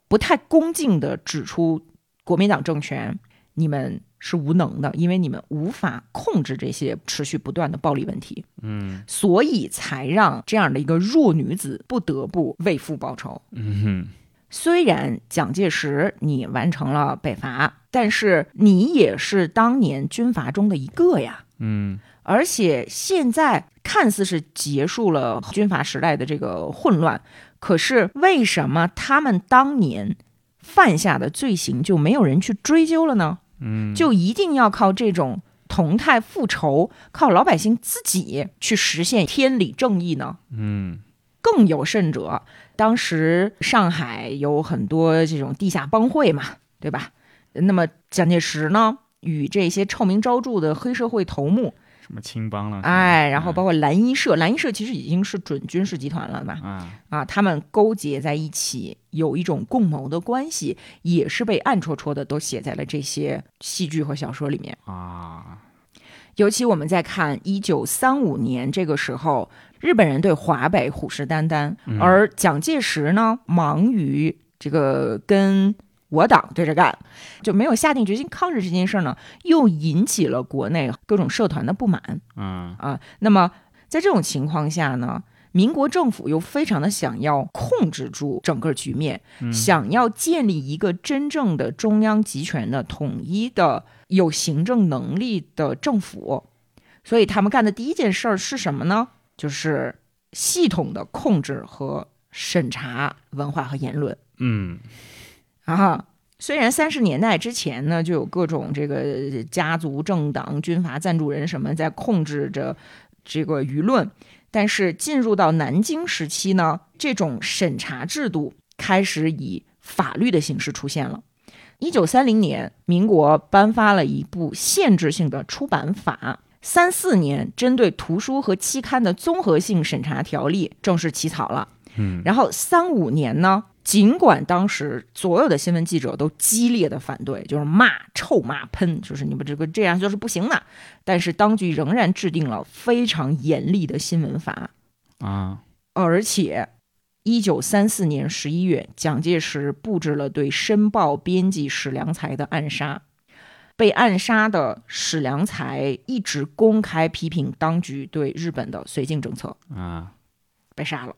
A: 不太恭敬地指出国民党政权你们是无能的，因为你们无法控制这些持续不断的暴力问题，
B: 嗯
A: 所以才让这样的一个弱女子不得不为父报仇。
B: 嗯哼
A: 虽然蒋介石你完成了北伐，但是你也是当年军阀中的一个呀。
B: 嗯
A: 而且现在看似是结束了军阀时代的这个混乱，可是为什么他们当年犯下的罪行就没有人去追究了呢？
B: 嗯，
A: 就一定要靠这种同态复仇，靠老百姓自己去实现天理正义呢？
B: 嗯
A: 更有甚者，当时上海有很多这种地下帮会嘛，对吧？那么蒋介石呢，与这些臭名昭著的黑社会头目，
B: 什么青帮了，
A: 哎，然后包括蓝衣社，蓝衣社其实已经是准军事集团了嘛，
B: 啊
A: 啊，他们勾结在一起，有一种共谋的关系，也是被暗戳戳的都写在了这些戏剧和小说里面。
B: 啊
A: 尤其我们在看一九三五年这个时候，日本人对华北虎视眈眈，而蒋介石呢忙于这个跟我党对着干，就没有下定决心抗日这件事儿呢，又引起了国内各种社团的不满
B: 嗯
A: 啊。那么在这种情况下呢？民国政府又非常的想要控制住整个局面，想要建立一个真正的中央集权的、统一的、有行政能力的政府。所以他们干的第一件事儿是什么呢？就是系统的控制和审查文化和言论
B: 嗯
A: 啊。虽然三十年代之前呢，就有各种这个家族、政党、军阀赞助人什么在控制着这个舆论，但是进入到南京时期呢，这种审查制度开始以法律的形式出现了。一九三零年，民国颁发了一部限制性的出版法。三四年，针对图书和期刊的综合性审查条例正式起草了。
B: 嗯，
A: 然后三五年呢，尽管当时所有的新闻记者都激烈的反对，就是骂、臭骂、喷，就是你们这个这样就是不行的，但是当局仍然制定了非常严厉的新闻法，
B: 啊
A: 而且。一九三四年十一月，蒋介石布置了对《申报》编辑史良才的暗杀。被暗杀的史良才一直公开批评当局对日本的绥靖政策。
B: 啊
A: 被杀了。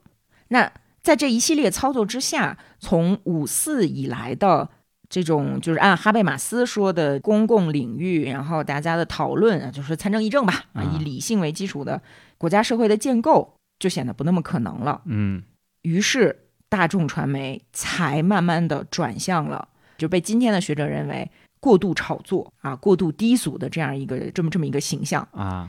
A: 那在这一系列操作之下，从五四以来的这种就是按哈贝马斯说的公共领域，然后大家的讨论，啊，就是参政议政吧，啊，
B: 啊
A: 以理性为基础的国家社会的建构，就显得不那么可能了。
B: 嗯
A: 于是大众传媒才慢慢的转向了，就被今天的学者认为过度炒作啊，过度低俗的这样一个这么这么一个形象。
B: 啊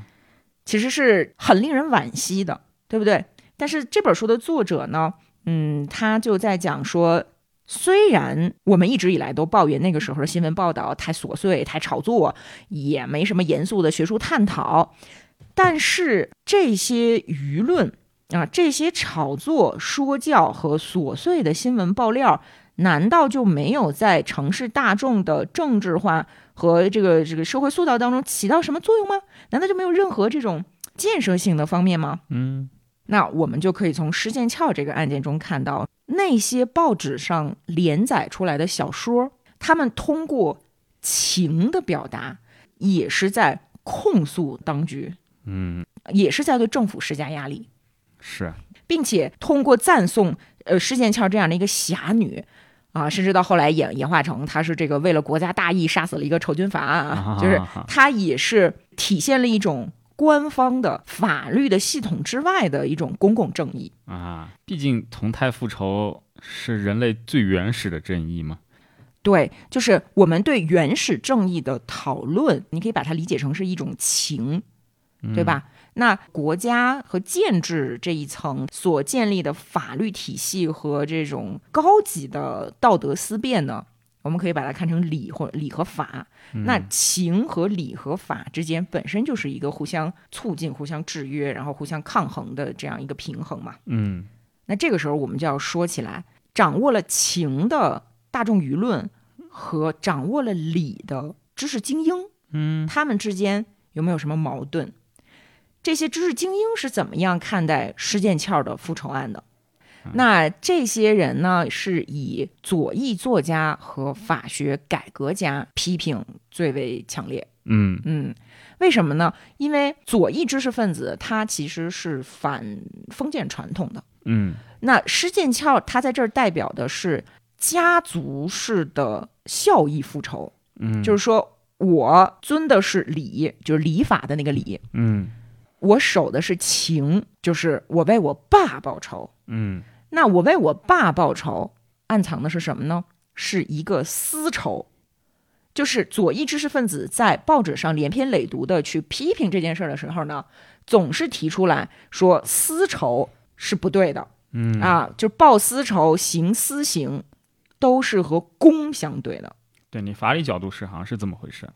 A: 其实是很令人惋惜的，对不对？但是这本书的作者呢，嗯，他就在讲说，虽然我们一直以来都抱怨那个时候的新闻报道太琐碎、太炒作，也没什么严肃的学术探讨，但是这些舆论啊，这些炒作、说教和琐碎的新闻爆料。难道就没有在城市大众的政治化和这个这个社会塑造当中起到什么作用吗？难道就没有任何这种建设性的方面吗？
B: 嗯
A: 那我们就可以从施剑翘这个案件中看到，那些报纸上连载出来的小说，他们通过情的表达，也是在控诉当局，
B: 嗯
A: 也是在对政府施加压力，
B: 是
A: 并且通过赞颂呃施剑翘这样的一个侠女。啊，甚至到后来演演化成，她是这个为了国家大义杀死了一个仇军阀 啊，就是她也是体现了一种官方的法律的系统之外的一种公共正义。
B: 啊，毕竟同态复仇是人类最原始的正义嘛。
A: 对，就是我们对原始正义的讨论，你可以把它理解成是一种情，对吧？那国家和建制这一层所建立的法律体系和这种高级的道德思辨呢，我们可以把它看成理或理和法。那情和理和法之间本身就是一个互相促进、互相制约，然后互相抗衡的这样一个平衡嘛。
B: 嗯
A: 那这个时候我们就要说起来，掌握了情的大众舆论和掌握了理的知识精英，
B: 嗯
A: 他们之间有没有什么矛盾？这些知识精英是怎么样看待施剑翘的复仇案的？那这些人呢，是以左翼作家和法学改革家批评最为强烈。
B: 嗯
A: 嗯，为什么呢？因为左翼知识分子他其实是反封建传统的。
B: 嗯
A: 那施剑翘他在这儿代表的是家族式的孝义复仇，
B: 嗯，
A: 就是是说我遵的是礼，就是礼法的那个礼，
B: 嗯
A: 我守的是情，就是我为我爸报仇。
B: 嗯
A: 那我为我爸报仇，暗藏的是什么呢？是一个私仇，就是左翼知识分子在报纸上连篇累牍的去批评这件事儿的时候呢，总是提出来说私仇是不对的，
B: 嗯
A: 啊，就报私仇、行私刑，都是和公相对的。
B: 对你法理角度是好像是这么回事。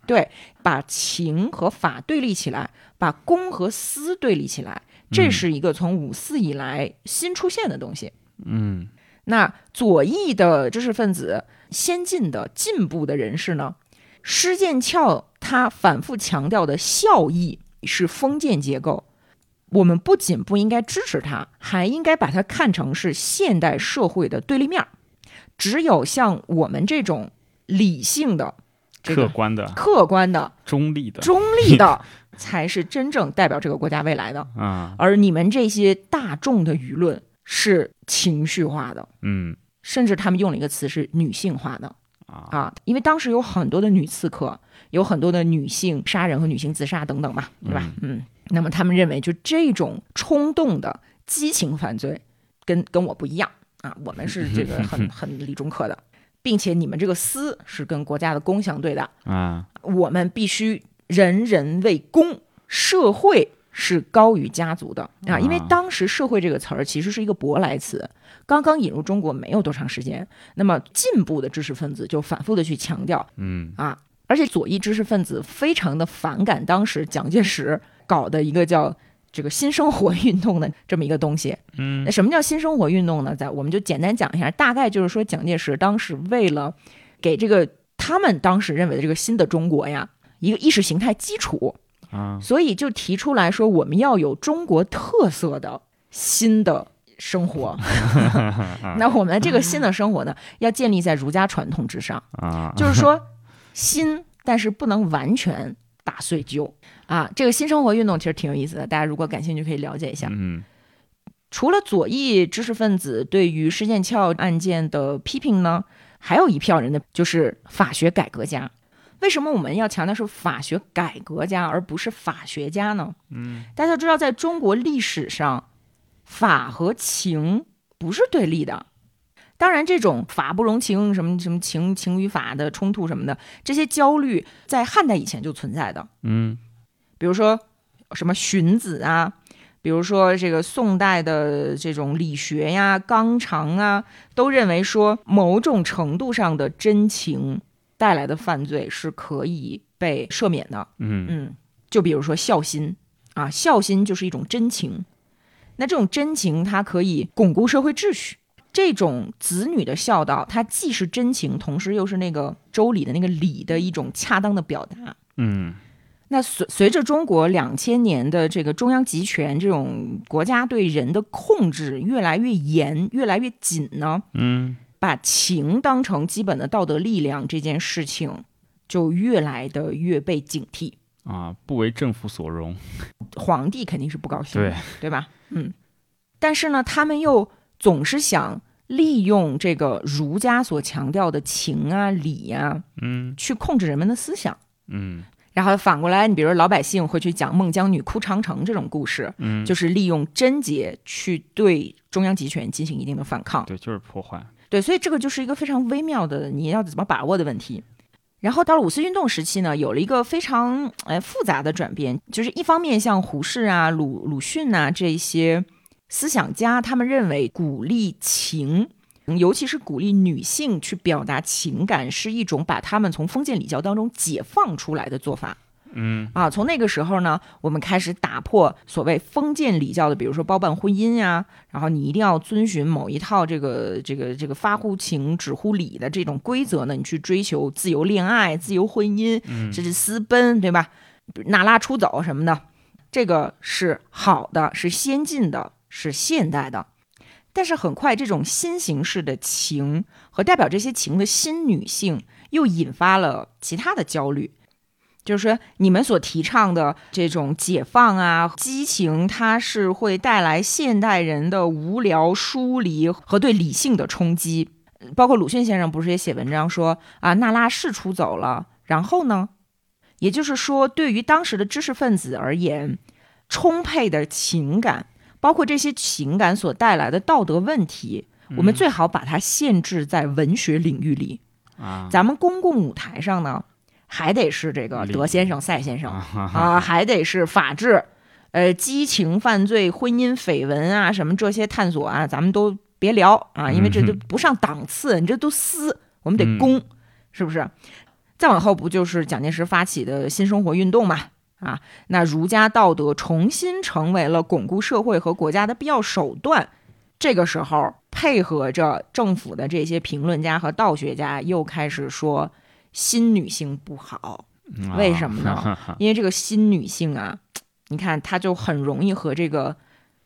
A: 把情和法对立起来，把公和私对立起来，这
B: 嗯
A: 是一个从五四以来新出现的东西。
B: 嗯
A: 那左翼的知识分子、先进的、进步的人士呢？施剑翘他反复强调的孝义是封建结构，我们不仅不应该支持它，还应该把它看成是现代社会的对立面儿。只有像我们这种理性的、这
B: 客
A: 个
B: 观的、
A: 客观的、
B: 中立的
A: 中立的，才是真正代表这个国家未来的。
B: 啊，
A: 而你们这些大众的舆论是情绪化的，
B: 嗯
A: 甚至他们用了一个词是女性化的
B: 啊，
A: 啊，因为当时有很多的女刺客，有很多的女性杀人和女性自杀等等嘛，对吧？嗯，那么他们认为就这种冲动的激情犯罪跟跟我不一样啊，我们是这个 很很理中客的，并且你们这个私是跟国家的公相对的，
B: 啊，
A: 我们必须人人为公，社会是高于家族的啊，因为
B: 啊
A: 当时“社会”这个词儿其实是一个舶来词，刚刚引入中国没有多长时间。那么进步的知识分子就反复的去强调
B: 嗯
A: 啊，而且左翼知识分子非常的反感当时蒋介石搞的一个叫。这个新生活运动的这么一个东西，
B: 嗯
A: 那什么叫新生活运动呢？在我们就简单讲一下，大概就是说蒋介石当时为了给这个他们当时认为的这个新的中国呀一个意识形态基础，
B: 啊，
A: 所以就提出来说我们要有中国特色的新的生活。 那我们这个新的生活呢，要建立在儒家传统之上，
B: 啊，
A: 就是说新，但是不能完全打碎旧啊。这个新生活运动其实挺有意思的，大家如果感兴趣可以了解一下。
B: 嗯
A: 除了左翼知识分子对于施剑翘案件的批评呢，还有一票人呢，就是法学改革家。为什么我们要强调是法学改革家，而不是法学家呢？嗯，大家知道，在中国历史上，法和情不是对立的。当然，这种法不容情，什么什么情情与法的冲突什么的，这些焦虑在汉代以前就存在的。
B: 嗯
A: 比如说什么荀子啊，比如说这个宋代的这种理学呀、纲常啊，都认为说某种程度上的真情带来的犯罪是可以被赦免的。
B: 嗯
A: 嗯，就比如说孝心啊，孝心就是一种真情。那这种真情，它可以巩固社会秩序。这种子女的孝道，它既是真情，同时又是那个周礼的那个礼的一种恰当的表达。
B: 嗯
A: 那随随着中国两千年的这个中央集权这种国家对人的控制越来越严、越来越紧呢，
B: 嗯
A: 把情当成基本的道德力量这件事情，就越来的越被警惕。
B: 啊，不为政府所容。
A: 皇帝肯定是不高兴的，
B: 对，
A: 对吧？嗯，但是呢，他们又总是想利用这个儒家所强调的情啊、理啊，
B: 嗯
A: 去控制人们的思想。
B: 嗯
A: 然后反过来，你比如老百姓会去讲孟姜女哭长城这种故事，
B: 嗯，
A: 就是利用贞洁去对中央集权进行一定的反抗。
B: 对，就是破坏。
A: 对，所以这个就是一个非常微妙的你要怎么把握的问题。然后到了五四运动时期呢，有了一个非常哎复杂的转变，就是一方面像胡适啊、鲁鲁迅呐、这些思想家，他们认为鼓励情，嗯尤其是鼓励女性去表达情感，是一种把她们从封建礼教当中解放出来的做法。
B: 嗯
A: 啊，从那个时候呢，我们开始打破所谓封建礼教的，比如说包办婚姻啊呀、然后你一定要遵循某一套这个这个这个发乎情止乎礼的这种规则呢，你去追求自由恋爱、自由婚姻，这是私奔，对吧？那拉出走什么的，这个是好的，是先进的，是现代的。但是很快，这种新形式的情和代表这些情的新女性，又引发了其他的焦虑。就是说，你们所提倡的这种解放啊、激情，它是会带来现代人的无聊、疏离和对理性的冲击。呃包括鲁迅先生不是也写文章说啊，娜拉是出走了，然后呢？也就是说，对于当时的知识分子而言，充沛的情感，包括这些情感所带来的道德问题，我
B: 嗯
A: 们最好把它限制在文学领域里。
B: 啊
A: 咱们公共舞台上呢，还得是这个
B: 理
A: 德先生、赛先生
B: 啊
A: 啊，还得是法治，呃，激情犯罪、婚姻绯闻啊，什么这些探索啊，咱们都别聊啊，因为这
B: 嗯
A: 都不上档次，你这都私，我们得
B: 嗯
A: 公，是不是？再往后不就是蒋介石发起的新生活运动嘛？啊，那儒家道德重新成为了巩固社会和国家的必要手段。这个时候，配合着政府的这些评论家和道学家，又开始说新女性不好，
B: 嗯啊
A: 为什么呢？因为这个新女性啊，你看她就很容易和这个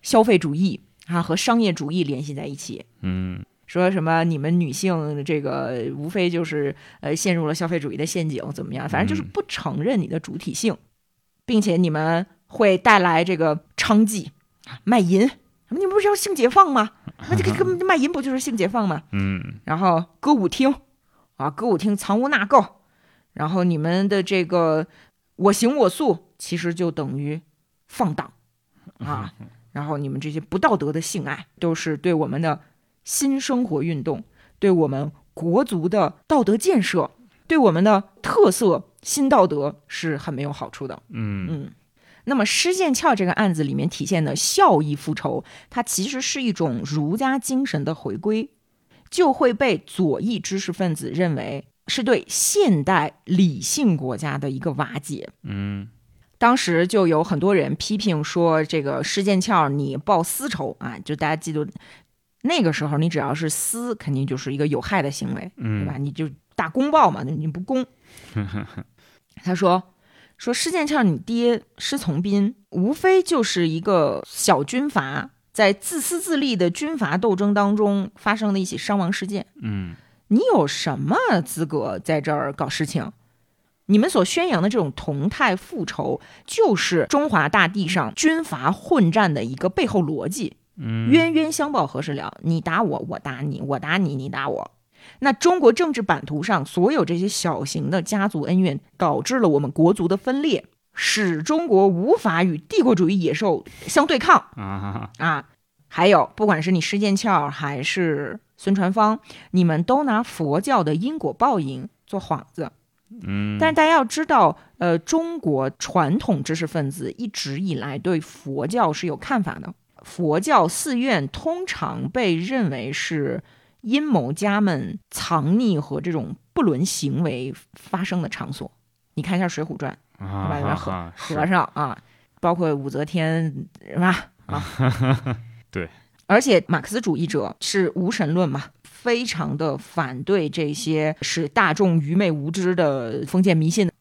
A: 消费主义啊和商业主义联系在一起。
B: 嗯
A: 说什么你们女性这个无非就是呃陷入了消费主义的陷阱，怎么样？反正就是
B: 嗯
A: 不承认你的主体性，并且你们会带来这个娼妓、啊卖淫。你们不是要性解放吗？那这个根 本卖淫不就是性解放吗？
B: 嗯
A: 然后歌舞厅啊，歌舞厅藏污纳垢，然后你们的这个我行我素，其实就等于放 荡啊。然后你们这些不道德的性爱，都是对我们的新生活运动，对我们国足的道德建设，对我们的特色新道德是很没有好处的。
B: 嗯
A: 嗯，那么施剑翘这个案子里面体现的孝义复仇，它其实是一种儒家精神的回归，就会被左翼知识分子认为是对现代理性国家的一个瓦解。
B: 嗯
A: 当时就有很多人批评说，这个施剑翘你报私仇啊，就大家记住，那个时候你只要是私，肯定就是一个有害的行为。对吧？
B: 嗯
A: 你就打公报嘛，你不公。他说说施剑翘你爹施从斌，无非就是一个小军阀在自私自利的军阀斗争当中发生的一起伤亡事件。
B: 嗯
A: 你有什么资格在这儿搞事情？你们所宣扬的这种同态复仇，就是中华大地上军阀混战的一个背后逻辑。
B: 嗯
A: 冤冤相报何时了？你打我，我打你，我打你，你打我。那中国政治版图上所有这些小型的家族恩怨，导致了我们国族的分裂，使中国无法与帝国主义野兽相对抗
B: 啊
A: 啊。还有，不管是你施剑翘还是孙传芳，你们都拿佛教的因果报应做幌子，
B: 嗯，
A: 但是大家要知道，呃，中国传统知识分子一直以来对佛教是有看法的。佛教寺院通常被认为是阴谋家们藏匿和这种不伦行为发生的场所。你看一下《水浒传》，
B: 啊和
A: 和尚啊，包括武则天是吧？啊，
B: 对。
A: 而且马克思主义者是无神论嘛，非常的反对这些使大众愚昧无知的封建迷信。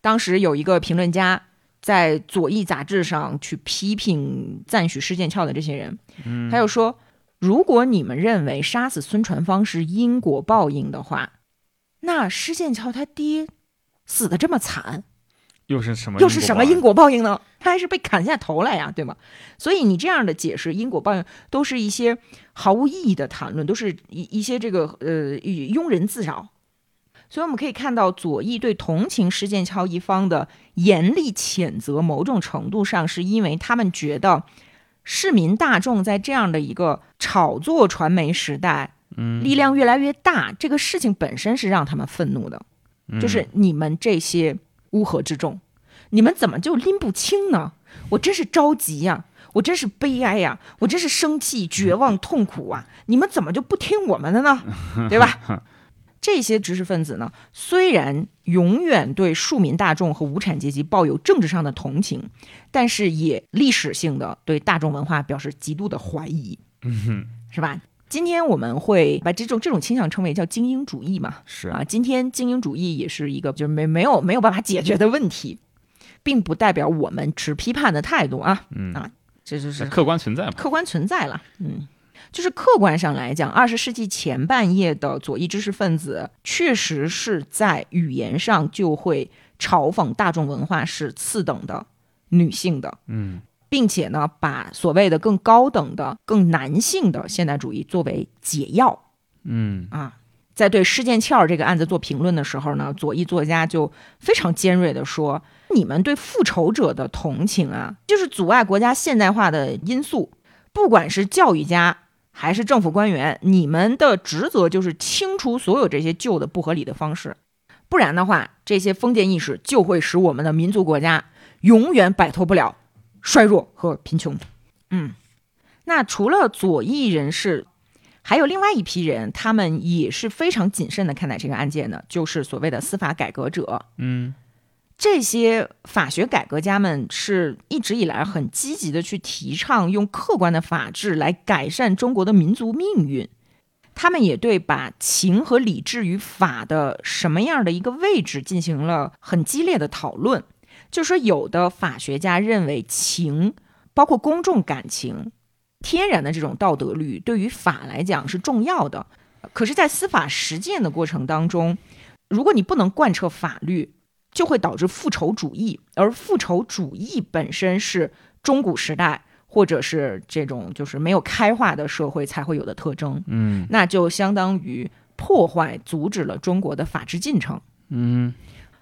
A: 当时有一个评论家在左翼杂志上去批评赞许施剑翘的这些人，他又说，如果你们认为杀死孙传芳是因果报应的话，那施剑翘他爹死的这么惨，
B: 又是什么
A: 又是什么因果报应呢？他还是被砍下头来呀、对吗？所以你这样的解释因果报应，都是一些毫无意义的谈论，都是一一些这个呃庸人自扰。所以我们可以看到，左翼对同情施剑桥一方的严厉谴责，某种程度上是因为他们觉得市民大众在这样的一个炒作传媒时代，嗯，力量越来越大，这个事情本身是让他们愤怒的。就是你们这些乌合之众，你们怎么就拎不清呢？我真是着急呀、我真是悲哀呀、我真是生气、绝望、痛苦啊！你们怎么就不听我们的呢？对吧？这些知识分子呢，虽然永远对庶民大众和无产阶级抱有政治上的同情，但是也历史性的对大众文化表示极度的怀疑，是吧？今天我们会把这种这种倾向称为叫精英主义嘛，
B: 是
A: 啊，今天精英主义也是一个就是没没有没有办法解决的问题，并不代表我们持批判的态度啊，
B: 嗯
A: 啊，这就是
B: 客观存在嘛，
A: 客观存在了，嗯。就是客观上来讲，二十世纪前半叶的左翼知识分子确实是在语言上就会嘲讽大众文化是次等的、女性的，
B: 嗯，
A: 并且呢，把所谓的更高等的、更男性的现代主义作为解药，
B: 嗯
A: 啊，在对施剑翘这个案子做评论的时候呢，左翼作家就非常尖锐地说：“你们对复仇者的同情啊，就是阻碍国家现代化的因素。不管是教育家还是政府官员，你们的职责就是清除所有这些旧的不合理的方式，不然的话，这些封建意识就会使我们的民族国家永远摆脱不了衰弱和贫穷。”嗯。那除了左翼人士还有另外一批人，他们也是非常谨慎的看待这个案件的，就是所谓的司法改革者。
B: 嗯
A: 这些法学改革家们是一直以来很积极的去提倡用客观的法治来改善中国的民族命运。他们也对把情和理置于法的什么样的一个位置进行了很激烈的讨论。就说有的法学家认为情，包括公众感情，天然的这种道德律对于法来讲是重要的。可是，在司法实践的过程当中，如果你不能贯彻法律，就会导致复仇主义，而复仇主义本身是中古时代或者是这种就是没有开化的社会才会有的特征，
B: 嗯
A: 那就相当于破坏、阻止了中国的法治进程。
B: 嗯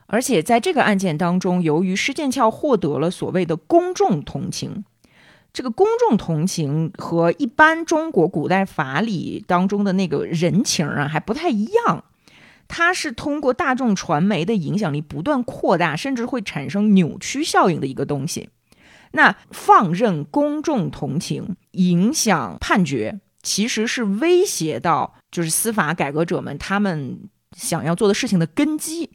A: 而且在这个案件当中，由于施剑翘获得了所谓的公众同情，这个公众同情和一般中国古代法理当中的那个人情啊还不太一样，它是通过大众传媒的影响力不断扩大，甚至会产生扭曲效应的一个东西。那放任公众同情影响判决，其实是威胁到就是司法改革者们他们想要做的事情的根基。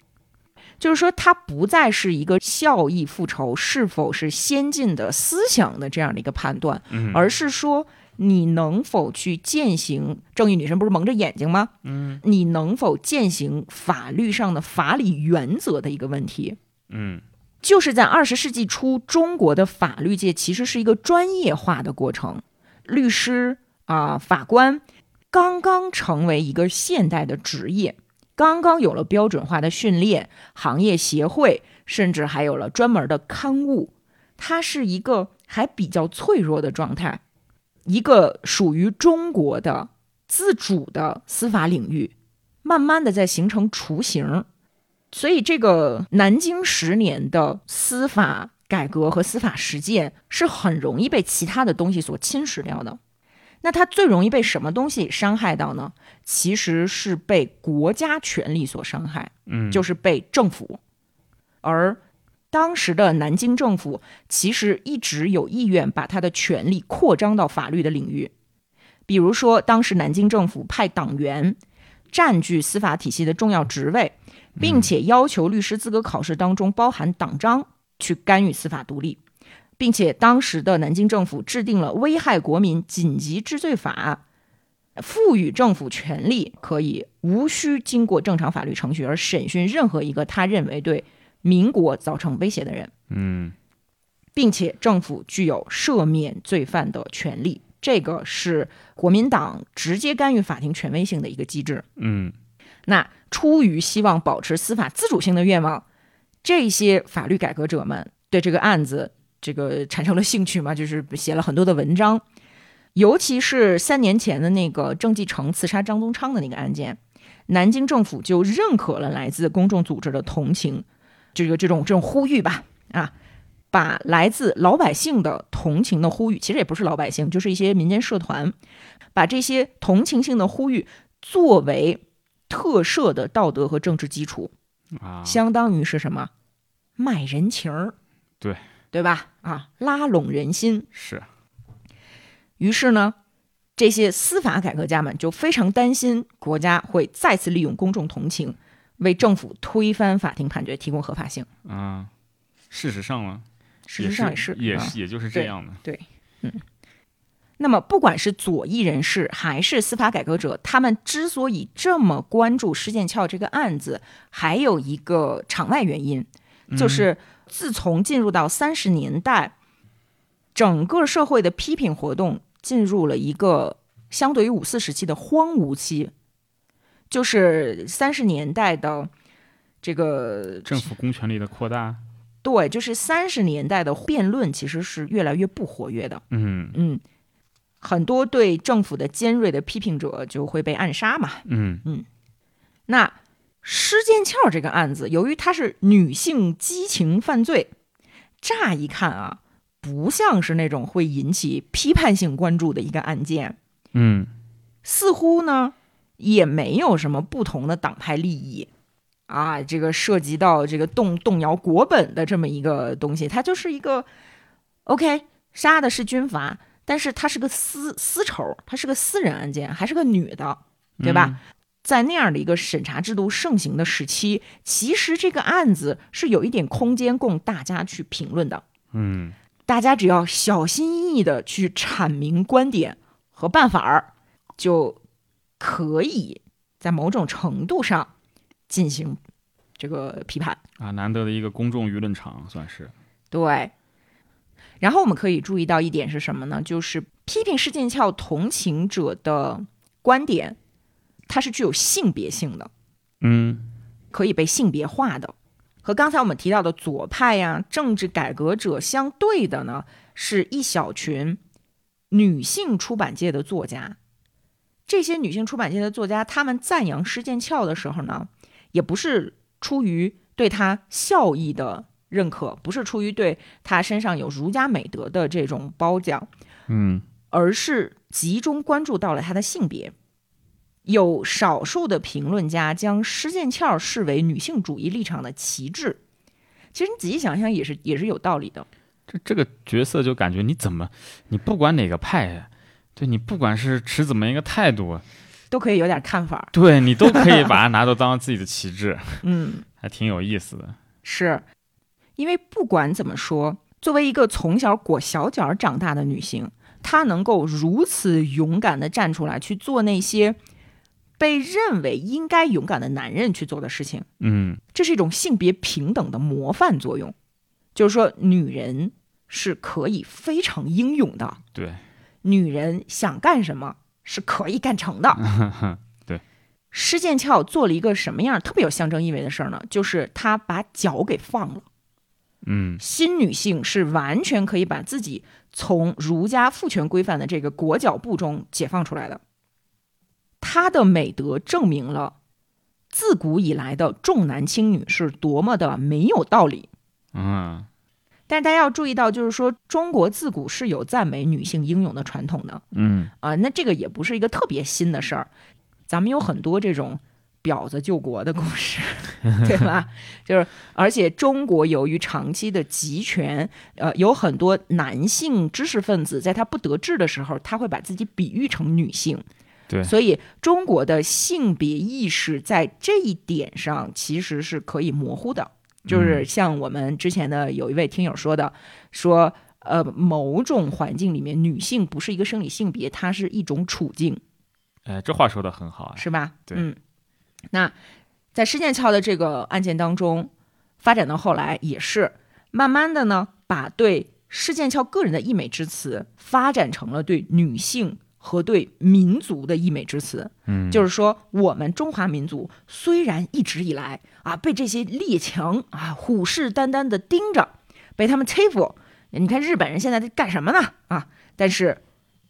A: 就是说，它不再是一个效益复仇是否是先进的思想的这样的一个判断，
B: 嗯
A: 而是说你能否去践行正义女神不是蒙着眼睛吗？嗯，你能否践行法律上的法理原则的一个问题。
B: 嗯
A: 就是在二十世纪初，中国的法律界其实是一个专业化的过程，律师啊、法官刚刚成为一个现代的职业，刚刚有了标准化的训练，行业协会甚至还有了专门的刊物，它是一个还比较脆弱的状态，一个属于中国的自主的司法领域，慢慢的在形成雏形。所以，这个南京十年的司法改革和司法实践是很容易被其他的东西所侵蚀掉的。那它最容易被什么东西伤害到呢？其实是被国家权力所伤害，
B: 嗯，
A: 就是被政府。而当时的南京政府其实一直有意愿把他的权力扩张到法律的领域，比如说，当时南京政府派党员占据司法体系的重要职位，并且要求律师资格考试当中包含党章，去干预司法独立，并且当时的南京政府制定了《危害国民紧急治罪法》，赋予政府权利可以无需经过正常法律程序而审讯任何一个他认为对民国造成威胁的人。
B: 嗯
A: 并且政府具有赦免罪犯的权利。这个是国民党直接干预法庭权威性的一个机制。
B: 嗯
A: 那出于希望保持司法自主性的愿望，这些法律改革者们对这个案子这个产生了兴趣嘛，就是写了很多的文章，尤其是三年前的那个郑继成刺杀张宗昌的那个案件，南京政府就认可了来自公众组织的同情，这个这种这种呼吁吧，啊，把来自老百姓的同情的呼吁，其实也不是老百姓，就是一些民间社团，把这些同情性的呼吁作为特赦的道德和政治基础，
B: 啊，
A: 相当于是什么？卖人情儿，
B: 对
A: 对吧？啊，拉拢人心。
B: 是
A: 于是呢，这些司法改革家们就非常担心国家会再次利用公众同情，为政府推翻法庭判决提供合法性。
B: 啊，事实上呢，
A: 事实上也是，
B: 也
A: 啊
B: 是也就是这
A: 对
B: 样的，
A: 那么，不管是左翼人士还是司法改革者，他们之所以这么关注施剑翘这个案子，还有一个场外原因，就是自从进入到三十年代，整个社会的批评活动进入了一个相对于五四时期的荒芜期，就是三十年代的这个
B: 政府公权力的扩大，
A: 对，就是三十年代的辩论其实是越来越不活跃的。
B: 嗯
A: 嗯，很多对政府的尖锐的批评者就会被暗杀嘛。
B: 嗯
A: 那施剑翘这个案子，由于她是女性激情犯罪，乍一看啊，不像是那种会引起批判性关注的一个案件，
B: 嗯
A: 似乎呢也没有什么不同的党派利益。啊，这个涉及到这个动动摇国本的这么一个东西，它就是一个 OK，杀的是军阀，但是它是个私私仇，它是个私人案件，还是个女的，
B: 嗯
A: 对吧？在那样的一个审查制度盛行的时期，其实这个案子是有一点空间供大家去评论的。
B: 嗯
A: 大家只要小心翼翼的去阐明观点和办法儿，就可以在某种程度上进行这个批判。
B: 啊，难得的一个公众舆论场算是，
A: 对。然后我们可以注意到一点是什么呢？就是批评施剑翘同情者的观点，它是具有性别性的。
B: 嗯
A: 可以被性别化的。和刚才我们提到的左派呀、政治改革者相对的呢，是一小群女性出版界的作家。这些女性出版界的作家，她们赞扬施剑翘的时候呢，也不是出于对她效益的认可，不是出于对她身上有儒家美德的这种褒奖，
B: 嗯
A: 而是集中关注到了她的性别。有少数的评论家将施剑翘视为女性主义立场的旗帜，其实你仔细想想也是也是有道理的。
B: 这这个角色就感觉你怎么，你不管哪个派，对你不管是持怎么一个态度，
A: 都可以有点看法儿。
B: 对你都可以把它拿到当自己的 旗帜，
A: 嗯，
B: 还挺有意思的。
A: 是因为不管怎么说，作为一个从小裹小脚儿长大的女性，她能够如此勇敢地站出来去做那些被认为应该勇敢的男人去做的事情，
B: 嗯
A: 这是一种性别平等的模范作用。就是说，女人是可以非常英勇的，
B: 对，
A: 女人想干什么是可以干成的。施剑翘做了一个什么样特别有象征意味的事儿呢？就是她把脚给放了。
B: 嗯
A: 新女性是完全可以把自己从儒家父权规范的这个裹脚布中解放出来的。她的美德证明了自古以来的重男轻女是多么的没有道理。
B: 嗯
A: 但是大家要注意到，就是说中国自古是有赞美女性英勇的传统的。
B: 嗯
A: 啊，那这个也不是一个特别新的事儿，咱们有很多这种婊子救国的故事， 对吧？就是而且中国由于长期的集权，呃，有很多男性知识分子在他不得志的时候，他会把自己比喻成女性。
B: 对
A: 所以中国的性别意识在这一点上其实是可以模糊的，就是像我们之前的有一位听友说的，说呃，某种环境里面，女性不是一个生理性别，它是一种处境，
B: 哎，这话说的很好啊。
A: 是吧？
B: 对
A: 嗯。那在施剑翘的这个案件当中，发展到后来也是慢慢的呢，把对施剑翘个人的溢美之词发展成了对女性和对民族的溢美之词。
B: 嗯，
A: 就是说，我们中华民族虽然一直以来啊被这些列强啊虎视眈眈的盯着，被他们欺负，你看日本人现在在干什么呢？啊，但是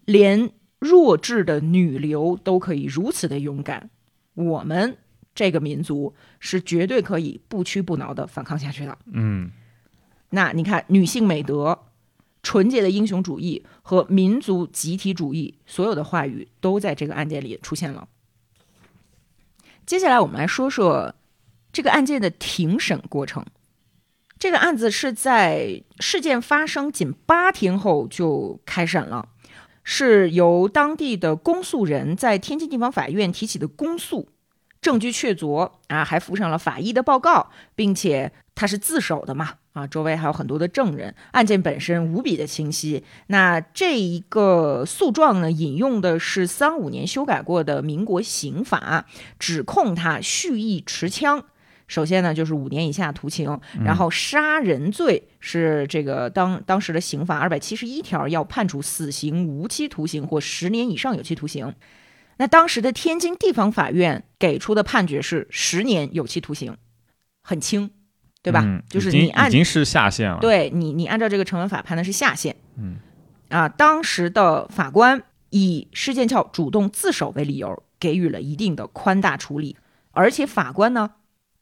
A: 连弱智的女流都可以如此的勇敢，我们这个民族是绝对可以不屈不挠的反抗下去的。
B: 嗯
A: 那你看，女性美德、纯洁的英雄主义和民族集体主义，所有的话语都在这个案件里出现了。接下来，我们来说说这个案件的庭审过程。这个案子是在事件发生仅八天后就开审了，是由当地的公诉人在天津地方法院提起的公诉，证据确凿啊，还附上了法医的报告，并且他是自首的嘛，啊，周围还有很多的证人，案件本身无比的清晰。那这一个诉状呢，引用的是三五年修改过的民国刑法，指控他蓄意持枪。首先呢，就是五年以下徒刑，
B: 嗯
A: 然后杀人罪是这个当当时的刑法二百七十一条要判处死刑、无期徒刑或十年以上有期徒刑。那当时的天津地方法院给出的判决是十年有期徒刑，很轻，对吧？
B: 嗯
A: 就是
B: 已经
A: 你按
B: 已经是下限了。，
A: 对你，你按照这个成文法判的是下限。
B: 啊嗯，
A: 啊，当时的法官以施剑翘主动自首为理由，给予了一定的宽大处理，而且法官呢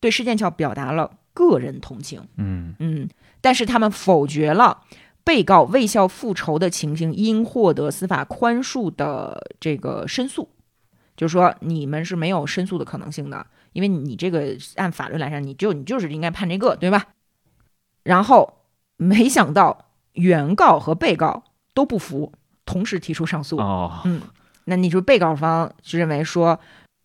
A: 对施剑翘表达了个人同情。
B: 嗯
A: 嗯，但是他们否决了被告未效复仇的情形应获得司法宽恕的这个申诉，就是说你们是没有申诉的可能性的，因为你这个按法律来说，你就你就是应该判这个，对吧？然后没想到原告和被告都不服，同时提出上诉。
B: 哦，
A: 那你说被告方就认为说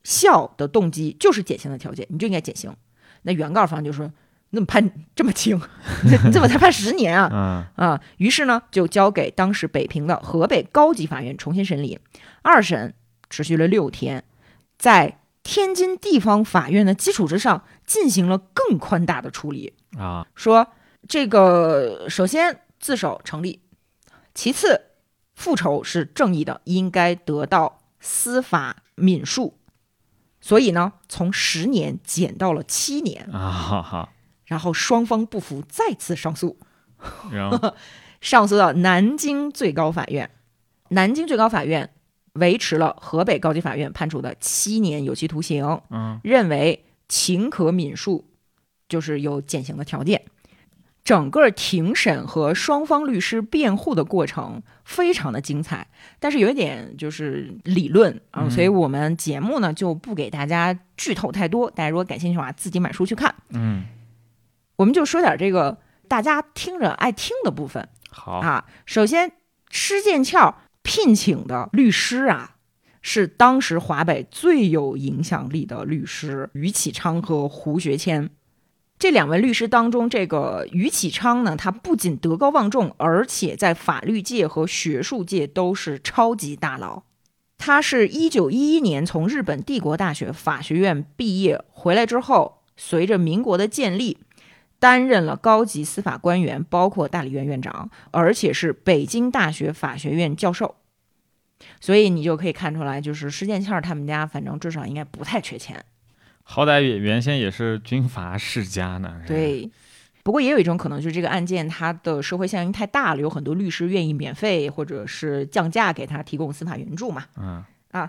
A: 孝的动机就是减刑的条件，你就应该减刑。那原告方就说，你怎么判这么轻？你你怎么才判十年啊？
B: 嗯
A: 啊、于是呢就交给当时北平的河北高级法院重新审理。二审持续了六天，在天津地方法院的基础之上进行了更宽大的处理。
B: 啊，
A: 说这个首先自首成立，其次复仇是正义的，应该得到司法敏恕。所以呢，从十年减到了七年，
B: 啊哈哈，
A: 然后双方不服，再次上诉，
B: 然后
A: 上诉到南京最高法院。南京最高法院维持了河北高级法院判处的七年有期徒刑，
B: 嗯
A: 认为情可敏恕，就是有减刑的条件。整个庭审和双方律师辩护的过程非常的精彩，但是有一点就是理论啊，
B: 嗯
A: 所以我们节目呢就不给大家剧透太多。大家如果感兴趣的话，自己买书去看。
B: 嗯，
A: 我们就说点这个大家听着爱听的部分
B: 好，
A: 啊。首先，施剑翘聘请的律师啊，是当时华北最有影响力的律师于启昌和胡学谦。这两位律师当中，这个于启昌呢，他不仅德高望重，而且在法律界和学术界都是超级大佬。他是一九一一年从日本帝国大学法学院毕业回来之后，随着民国的建立，担任了高级司法官员，包括大理院院长，而且是北京大学法学院教授。所以你就可以看出来，就是施剑翘他们家，反正至少应该不太缺钱。
B: 好歹也原先也是军阀世家呢。是吧，
A: 对，不过也有一种可能，就是这个案件它的社会效应太大了，有很多律师愿意免费或者是降价给他提供司法援助嘛。啊
B: 嗯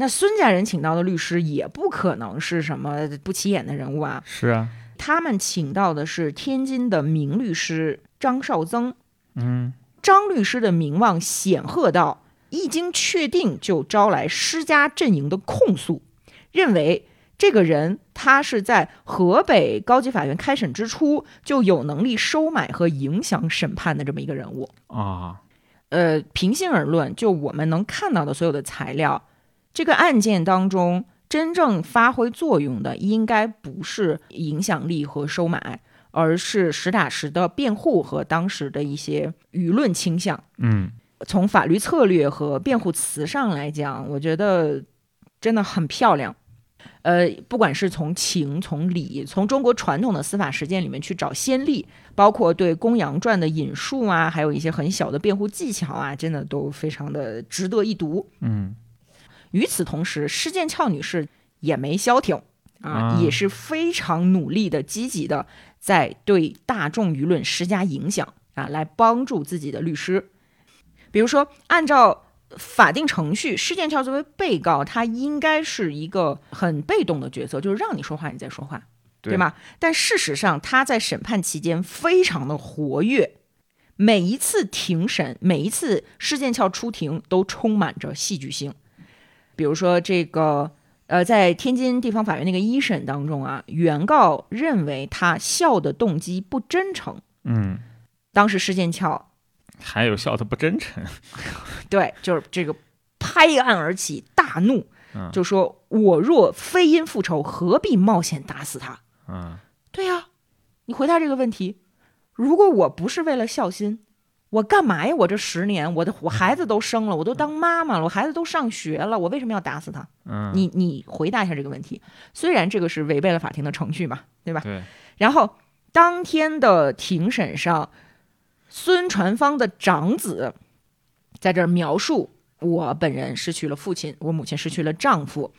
A: 那孙家人请到的律师也不可能是什么不起眼的人物啊，
B: 是啊，
A: 他们请到的是天津的名律师张绍增。
B: 嗯
A: 张律师的名望显赫到一经确定就招来施家阵营的控诉，认为这个人他是在河北高级法院开审之初就有能力收买和影响审判的这么一个人物。
B: 啊，
A: 呃，平心而论，就我们能看到的所有的材料，这个案件当中真正发挥作用的，应该不是影响力和收买，而是实打实的辩护和当时的一些舆论倾向。
B: 嗯
A: 从法律策略和辩护词上来讲，我觉得真的很漂亮。呃，不管是从情、从理，从中国传统的司法实践里面去找先例，包括对《公羊传》的引述啊，还有一些很小的辩护技巧啊，真的都非常的值得一读。
B: 嗯
A: 与此同时，施剑翘女士也没消停啊，
B: 啊
A: 也是非常努力的、积极的在对大众舆论施加影响啊，来帮助自己的律师。比如说，按照法定程序，施剑翘作为被告，他应该是一个很被动的角色，就是让你说话你再说话，
B: 对
A: 对吗？但事实上，他在审判期间非常的活跃，每一次庭审，每一次施剑翘出庭都充满着戏剧性。比如说这个。呃，在天津地方法院那个一审当中啊，原告认为他笑的动机不真诚。
B: 嗯，
A: 当时施剑翘
B: 还有笑的不真诚，
A: 对，就是这个拍案而起，大怒，
B: 嗯
A: 就说：“我若非因复仇，何必冒险打死他
B: 嗯，？”
A: 对呀、你回答这个问题，如果我不是为了孝心，我干嘛呀？我这十年，我的我孩子都生了，
B: 嗯
A: 我都当妈妈了，我孩子都上学了，我为什么要打死他？
B: 嗯
A: 你你回答一下这个问题。虽然这个是违背了法庭的程序嘛，对吧？
B: 对，
A: 然后当天的庭审上，孙传芳的长子在这儿描述：我本人失去了父亲，我母亲失去了丈夫。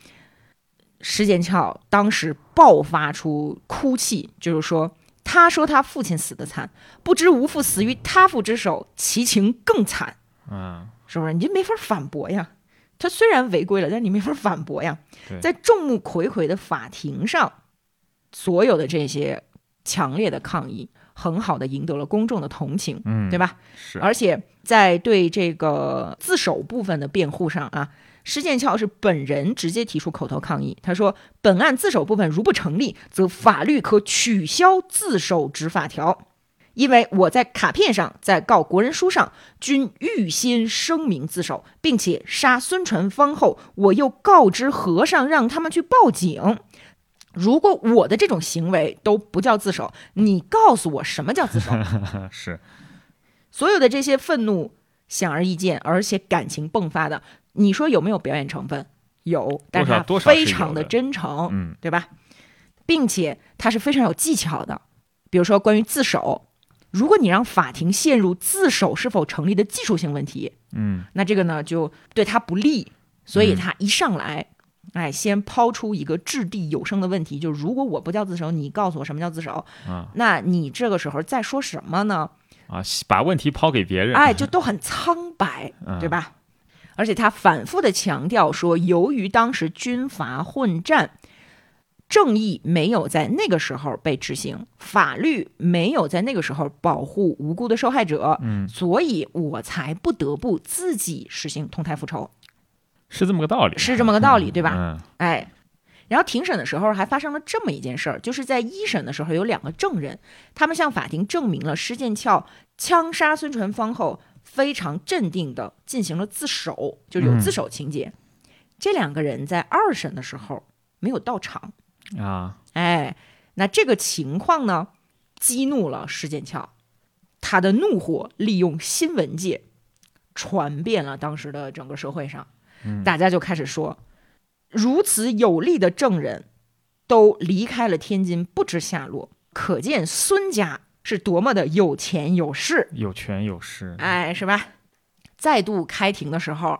A: 施剑翘当时爆发出哭泣，就是说，他说他父亲死的惨，不知无父死于他父之手，其情更惨。
B: 嗯，
A: 是不是？你就没法反驳呀。他虽然违规了，但是你没法反驳呀
B: 对。
A: 在众目睽睽的法庭上，所有的这些强烈的抗议，很好的赢得了公众的同情，
B: 嗯
A: 对吧？
B: 是，
A: 而且在对这个自首部分的辩护上啊，施剑翘是本人直接提出口头抗议。他说：“本案自首部分如不成立，则法律可取消自首执法条，因为我在卡片上、在告国人书上均预先声明自首，并且杀孙传芳后，我又告知和尚让他们去报警。”如果我的这种行为都不叫自首，你告诉我什么叫自首？
B: 是，
A: 所有的这些愤怒显而易见，而且感情迸发的，你说有没有表演成分？有，但
B: 多
A: 它
B: 少多少是有
A: 非常的
B: 的
A: 真诚，
B: 嗯
A: 对吧？并且它是非常有技巧的，比如说关于自首，如果你让法庭陷入自首是否成立的技术性问题，
B: 嗯，
A: 那这个呢就对他不利，所以他一上来，哎，先抛出一个掷地有声的问题，就是如果我不叫自首，你告诉我什么叫自首？
B: 嗯
A: 那你这个时候再说什么呢？
B: 啊，把问题抛给别人，
A: 哎，就都很苍 白，
B: 嗯
A: 对吧？而且他反复的强调说，由于当时军阀混战，正义没有在那个时候被执行，法律没有在那个时候保护无辜的受害者，
B: 嗯
A: 所以我才不得不自己实行同态复仇，
B: 是这么个道理，
A: 是这么个道理，对吧？
B: 嗯
A: 哎，然后庭审的时候还发生了这么一件事儿，就是在一审的时候有两个证人，他们向法庭证明了施剑翘枪杀孙传芳后非常镇定的进行了自首，就是有自首情节。这两个人在二审的时候没有到场，
B: 啊，
A: 哎，那这个情况呢，激怒了施剑翘，他的怒火利用新闻界传遍了当时的整个社会上，大家就开始说，如此有力的证人都离开了天津，不知下落，可见孙家是多么的有钱有势。
B: 有权有势，
A: 哎，是吧？再度开庭的时候，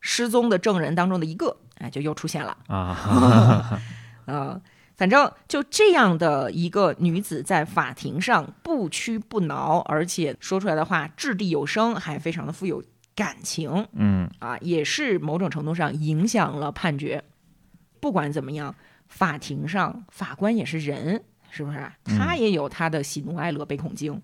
A: 失踪的证人当中的一个，哎，就又出现了。
B: 啊，
A: 呃，反正就这样的一个女子，在法庭上不屈不挠，而且说出来的话掷地有声，还非常的富有感情
B: 嗯，
A: 啊，也是某种程度上影响了判决。不管怎么样，法庭上法官也是人，是不是？他也有他的喜怒哀乐、悲恐惊。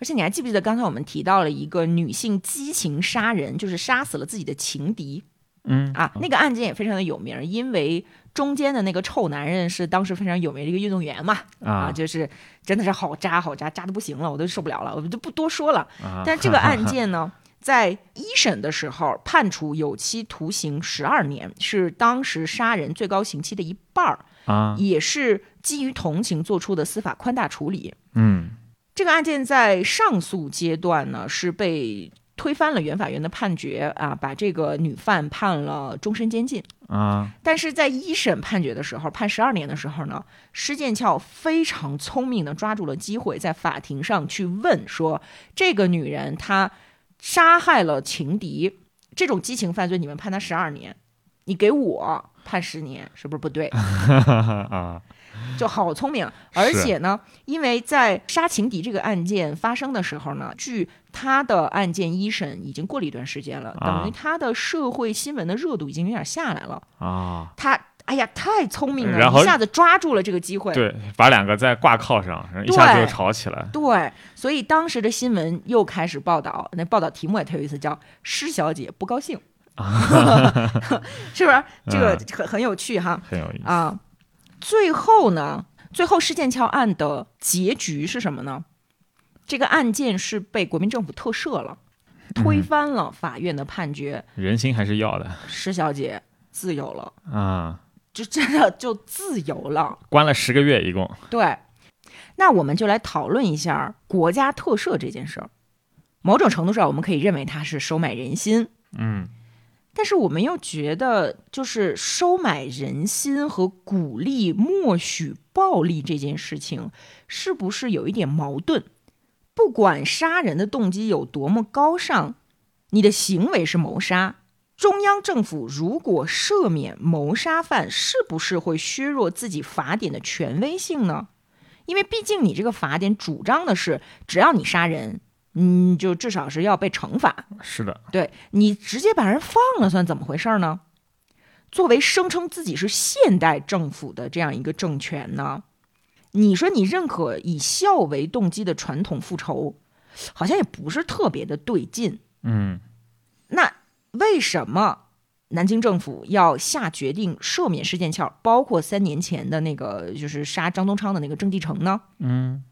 A: 而且你还记不记得刚才我们提到了一个女性激情杀人，就是杀死了自己的情敌，
B: 嗯
A: 啊，那个案件也非常的有名，因为中间的那个臭男人是当时非常有名的一个运动员嘛，啊，
B: 啊
A: 就是真的是好渣好渣，渣的不行了，我都受不了了，我就不多说了。
B: 啊，
A: 但 这个案件呢，在一审的时候判处有期徒刑十二年，是当时杀人最高刑期的一半儿，
B: 啊，
A: 也是基于同情做出的司法宽大处理。
B: 嗯
A: 这个案件在上诉阶段呢是被推翻了原法院的判决啊，把这个女犯判了终身监禁。
B: 啊，
A: 但是在一审判决的时候，判十二年的时候呢，施剑翘非常聪明的抓住了机会，在法庭上去问说，这个女人她杀害了情敌，这种激情犯罪，你们判她十二年，你给我判十年，是不是不对？
B: 啊，
A: 就好聪明。而且呢，因为在沙琴迪这个案件发生的时候呢，据他的案件一审已经过了一段时间了，
B: 啊
A: 等于他的社会新闻的热度已经有点下来了。
B: 啊，
A: 他哎呀，太聪明了，
B: 然后
A: 一下子抓住了这个机会。
B: 对，把两个再挂靠上，然后一下子
A: 对
B: 就吵起来。
A: 对，所以当时的新闻又开始报道，那报道题目也特有意思，叫“施小姐不高 兴”，是不是？这
B: 嗯
A: 个很很有趣哈
B: 很有意思。
A: 啊！最后呢，最后事件翘案的结局是什么呢？这个案件是被国民政府特赦了，
B: 嗯
A: 推翻了法院的判决，
B: 人心还是要的
A: 施小姐自由了，
B: 啊。
A: 就真的就自由了。
B: 关了十个月，一共
A: 对，那我们就来讨论一下国家特赦这件事儿。某种程度上，我们可以认为它是收买人心，
B: 嗯，
A: 但是我们又觉得，就是收买人心和鼓励默许暴力这件事情，是不是有一点矛盾？不管杀人的动机有多么高尚，你的行为是谋杀。中央政府如果赦免谋杀犯，是不是会削弱自己法典的权威性呢？因为毕竟你这个法典主张的是，只要你杀人，嗯，就至少是要被惩罚。
B: 是的，
A: 对你直接把人放了，算怎么回事儿呢？作为声称自己是现代政府的这样一个政权呢，你说你认可以孝为动机的传统复仇，好像也不是特别的对劲。
B: 嗯
A: 那为什么南京政府要下决定赦免事件翘，包括三年前的那个就是杀张宗昌的那个郑继成呢？
B: 嗯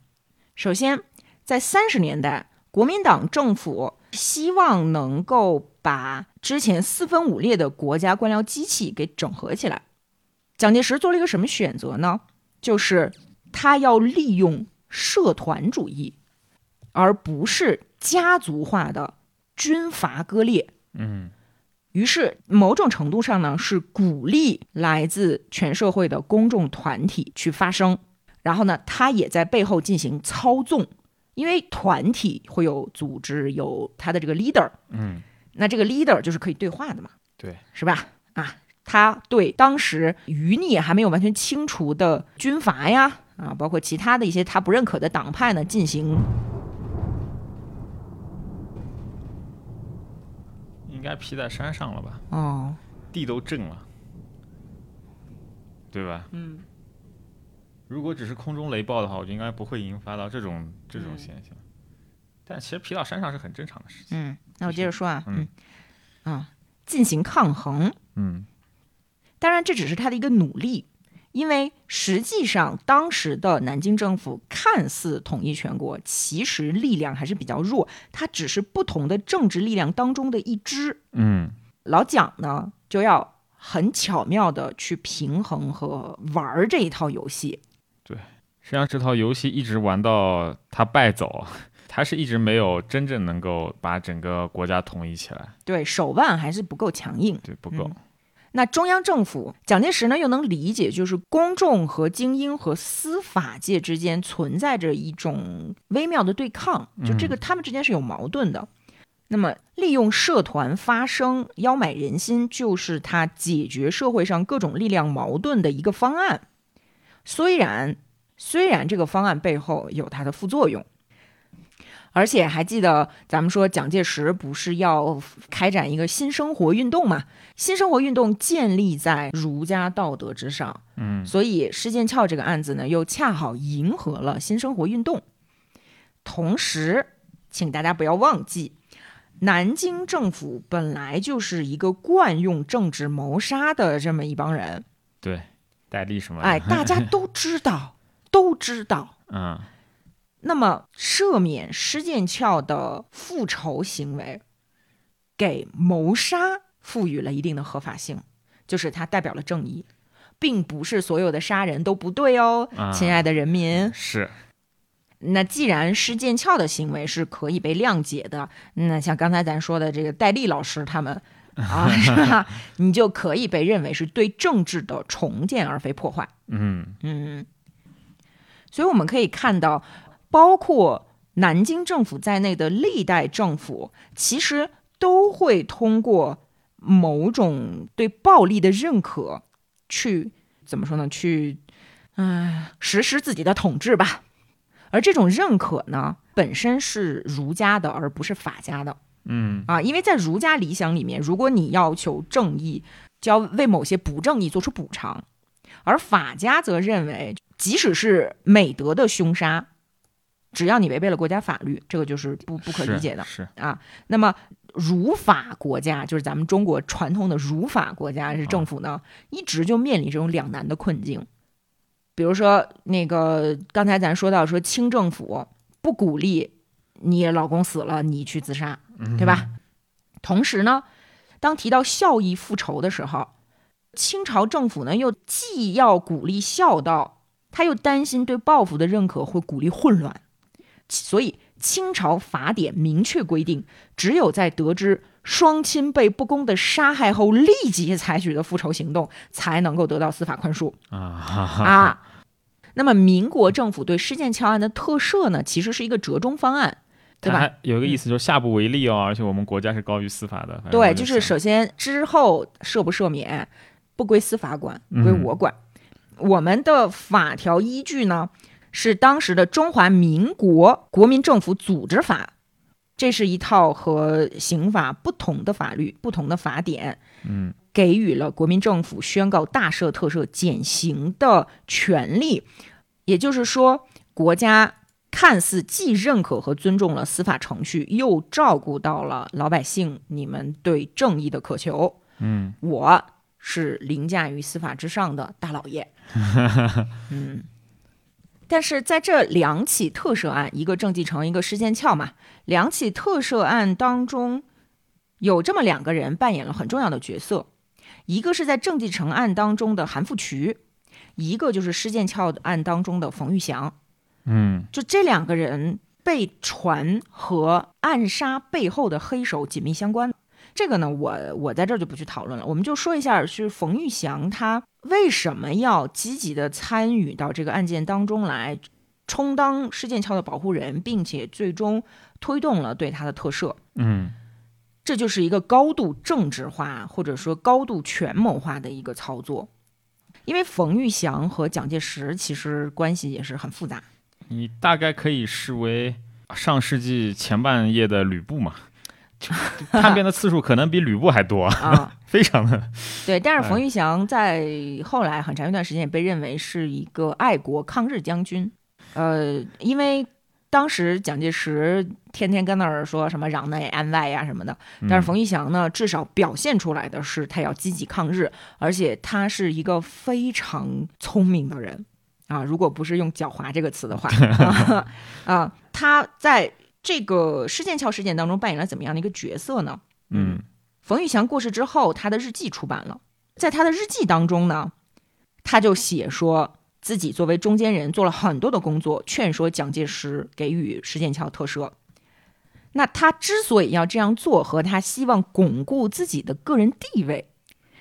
A: 首先，在三十年代，国民党政府希望能够把之前四分五裂的国家官僚机器给整合起来。蒋介石做了一个什么选择呢？就是他要利用社团主义，而不是家族化的军阀割裂。
B: 嗯
A: 于是，某种程度上呢，是鼓励来自全社会的公众团体去发声，然后呢，他也在背后进行操纵，因为团体会有组织，有他的这个 leader，
B: 嗯，
A: 那这个 leader 就是可以对话的嘛，
B: 对，
A: 是吧？啊，他对当时余孽还没有完全清除的军阀呀，啊，包括其他的一些他不认可的党派呢，进行
B: 应该劈在山上了吧？
A: 哦，
B: 地都震了，对吧？
A: 嗯，
B: 如果只是空中雷暴的话，我就应该不会引发到这种这种
A: 嗯
B: 现象。但其实劈到山上是很正常的事情。
A: 嗯，那我接着说啊，
B: 嗯
A: 嗯，啊，进行抗衡，
B: 嗯
A: 当然，这只是他的一个努力，因为实际上当时的南京政府看似统一全国，其实力量还是比较弱，它只是不同的政治力量当中的一支。
B: 嗯
A: 老蒋呢，就要很巧妙的去平衡和玩儿这一套游戏。
B: 实际上这套游戏一直玩到他败走， 他是一直没有真正能够把整个国家统一起来，
A: 对手腕还是不够强硬。
B: 对，不够。
A: 嗯那中央政府，蒋介石呢又能理解，就是公众和精英和司法界之间存在着一种微妙的对抗，就这个他们之间是有矛盾的。那么，利用社团发声、邀买人心，就是他解决社会上各种力量矛盾的一个方案。虽然虽然这个方案背后有它的副作用，而且还记得咱们说蒋介石不是要开展一个新生活运动嘛？新生活运动建立在儒家道德之上，嗯，所以施剑翘这个案子呢，又恰好迎合了新生活运动。同时，请大家不要忘记，南京政府本来就是一个惯用政治谋杀的这么一帮人，
B: 对，戴笠什么的，
A: 哎，大家都知道，都知道。
B: 嗯
A: 那么，赦免施剑翘的复仇行为，给谋杀赋予了一定的合法性，就是它代表了正义，并不是所有的杀人都不对哦，
B: 啊
A: 亲爱的人民。
B: 是，
A: 那既然施剑翘的行为是可以被谅解的，那像刚才咱说的这个戴笠老师他们。啊，是吧？你就可以被认为是对政治的重建而非破坏。
B: 嗯
A: 嗯，所以我们可以看到，包括南京政府在内的历代政府，其实都会通过某种对暴力的认可，去怎么说呢？去，唉，实施自己的统治吧。而这种认可呢，本身是儒家的，而不是法家的。
B: 嗯
A: 啊，因为在儒家理想里面，如果你要求正义，就要为某些不正义做出补偿；而法家则认为，即使是美德的凶杀，只要你违背了国家法律，这个就是不不可理解的。
B: 是是
A: 啊。那么儒法国家，就是咱们中国传统的儒法国家，是政府呢、一直就面临这种两难的困境。比如说，那个刚才咱说到说清政府不鼓励你老公死了你去自杀，对吧？同时呢，当提到孝义复仇的时候，清朝政府呢又既要鼓励孝道，他又担心对报复的认可会鼓励混乱，所以清朝法典明确规定，只有在得知双亲被不公的杀害后，立即采取的复仇行动才能够得到司法宽恕。
B: 啊哈哈
A: 啊。那么，民国政府对事件翘案的特赦呢，其实是一个折中方案，对
B: 它
A: 吧？
B: 还有一个意思就是下不为例哦，而且我们国家是高于司法的。反正哎
A: 对，
B: 我
A: 就是
B: 想
A: 首先之后赦不赦免，不归司法管，归
B: 嗯
A: 我管。我们的法条依据呢，是当时的《中华民国国民政府组织法》，这是一套和刑法不同的法律、不同的法典。
B: 嗯，
A: 给予了国民政府宣告大赦、特赦、减刑的权利。也就是说，国家看似既认可和尊重了司法程序，又照顾到了老百姓你们对正义的渴求。
B: 嗯，
A: 我是凌驾于司法之上的大老爷。嗯。但是在这两起特赦案，一个郑继承，一个施剑翘嘛，两起特赦案当中，有这么两个人扮演了很重要的角色，一个是在郑继承案当中的韩复渠，一个就是施剑翘案当中的冯玉祥。
B: 嗯
A: 就这两个人被传和暗杀背后的黑手紧密相关。这个呢，我我在这儿就不去讨论了，我们就说一下，是冯玉祥他为什么要积极的参与到这个案件当中来，充当施剑翘的保护人，并且最终推动了对他的特赦。
B: 嗯
A: 这就是一个高度政治化或者说高度权谋化的一个操作。因为冯玉祥和蒋介石其实关系也是很复杂，
B: 你大概可以视为上世纪前半叶的吕布嘛， 就叛变的次数可能比吕布还多，
A: 啊，
B: 非常的
A: 对。但是冯玉祥在后来很长一段时间也被认为是一个爱国抗日将军，呃，因为当时蒋介石天天跟那儿说什么攘内安外呀、什么的，
B: 嗯
A: 但是冯玉祥呢，至少表现出来的是他要积极抗日，而且他是一个非常聪明的人啊。如果不是用“狡猾”这个词的话啊啊，他在这个施剑翘事件当中扮演了怎么样的一个角色呢？
B: 嗯
A: 冯玉祥过世之后，他的日记出版了。在他的日记当中呢，他就写说自己作为中间人做了很多的工作，劝说蒋介石给予石剑桥特赦。那他之所以要这样做，和他希望巩固自己的个人地位，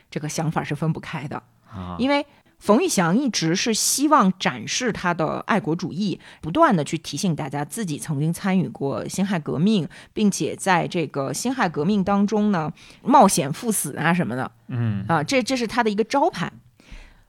A: 这个想法是分不开的。
B: 啊
A: 因为冯玉祥一直是希望展示他的爱国主义，不断的去提醒大家自己曾经参与过辛亥革命，并且在这个辛亥革命当中呢冒险赴死啊什么的
B: 嗯
A: 啊，这这是他的一个招牌。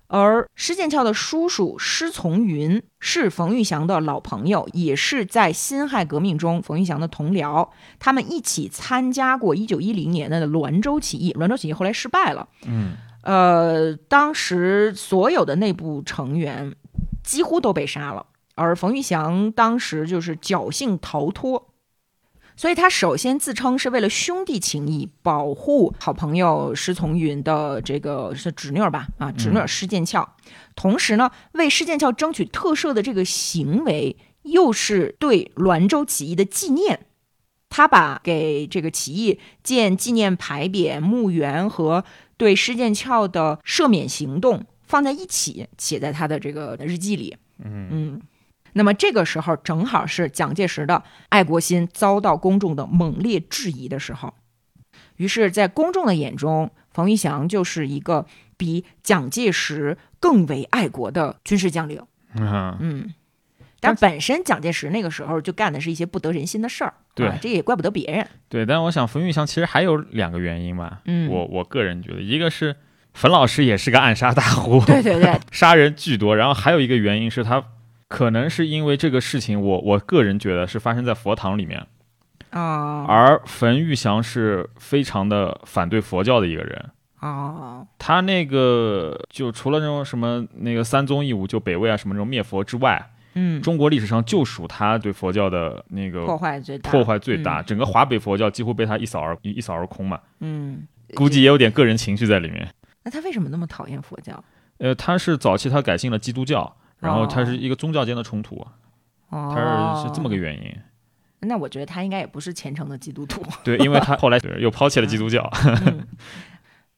A: 而施剑翘的叔叔施从云是冯玉祥的老朋友，也是在辛亥革命中冯玉祥的同僚，他们一起参加过1910年的滦州起义。滦州起义后来失败了，
B: 嗯
A: 呃，当时所有的内部成员几乎都被杀了，而冯玉祥当时就是侥幸逃脱，所以他首先自称是为了兄弟情谊，保护好朋友施从云的这个是侄女儿吧？啊，侄女儿施剑翘，同时呢，为施剑翘争取特赦的这个行为，又是对滦州起义的纪念。他把给这个起义建纪念牌匾、墓园和对施剑翘的赦免行动放在一起，写在他的这个日记里。
B: 嗯
A: 嗯，那么这个时候正好是蒋介石的爱国心遭到公众的猛烈质疑的时候，于是，在公众的眼中，冯玉祥就是一个比蒋介石更为爱国的军事将领。嗯
B: 啊
A: 嗯，但本身蒋介石那个时候就干的是一些不得人心的事儿
B: 对
A: 啊，这也怪不得别人。
B: 对，但我想冯玉祥其实还有两个原因吧，
A: 嗯
B: 我我个人觉得，一个是冯老师也是个暗杀大 户，
A: 对对对，
B: 杀人巨多，然后还有一个原因是他可能是因为这个事情，我我个人觉得是发生在佛堂里面，
A: 哦
B: 而冯玉祥是非常的反对佛教的一个人。
A: 哦，
B: 他那个就除了那种什么那个三宗一武就北魏啊什么这种灭佛之外，
A: 嗯，
B: 中国历史上就属他对佛教的那
A: 破
B: 个
A: 坏最大，
B: 破坏最大，整个华北佛教几乎被他一扫而一扫而空嘛。
A: 嗯，嗯，
B: 估计也有点个人情绪在里面。
A: 那他为什么那么讨厌佛教？
B: 呃，他是早期他改信了基督教，然后他是一个宗教间的冲突，
A: 哦，
B: 他是是这么个原因。
A: 那我觉得他应该也不是虔诚的基督徒。
B: 对，因为他后来又抛弃了基督教。
A: 嗯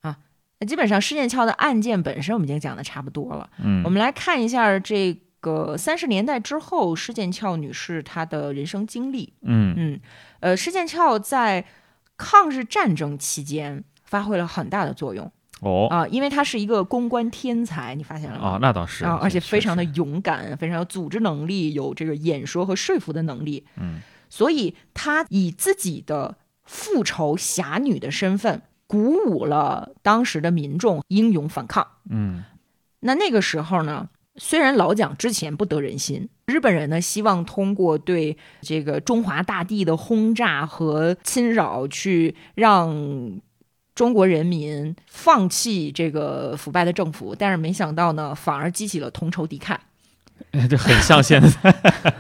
A: 啊，那基本上施剑翘的案件本身我们已经讲的差不多了，
B: 嗯
A: 我，们来看一下这个三十年代之后施剑翘女士她的人生经历。
B: 嗯
A: 嗯，呃，施剑翘在抗日战争期间发挥了很大的作用
B: 哦
A: 啊、因为她是一个公关天才，你发现了吗？
B: 啊，那倒是
A: 然哦后，而且
B: 确
A: 非常的
B: 实
A: 勇敢，非常有组织能力，有这个演说和说服的能力。
B: 嗯，
A: 所以他以自己的复仇侠女的身份，鼓舞了当时的民众英勇反抗。
B: 嗯
A: 那那个时候呢，虽然老蒋之前不得人心，日本人呢希望通过对这个中华大地的轰炸和侵扰，去让中国人民放弃这个腐败的政府，但是没想到呢，反而激起了同仇敌忾。
B: 这很像现在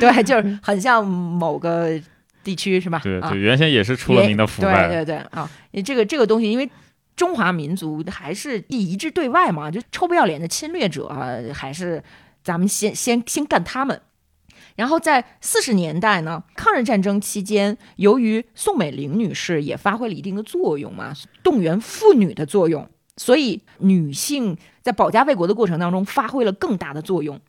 A: 对，就是很像某个地区是吧？
B: 对
A: 啊
B: 对，原先也是出了名的腐败。
A: 对对对啊，这个这个东西，因为中华民族还是一致对外嘛，就臭不要脸的侵略者啊，还是咱们先先先干他们。然后在四十年代呢，抗日战争期间，由于宋美龄女士也发挥了一定的作用嘛，动员妇女的作用，所以女性在保家卫国的过程当中发挥了更大的作用。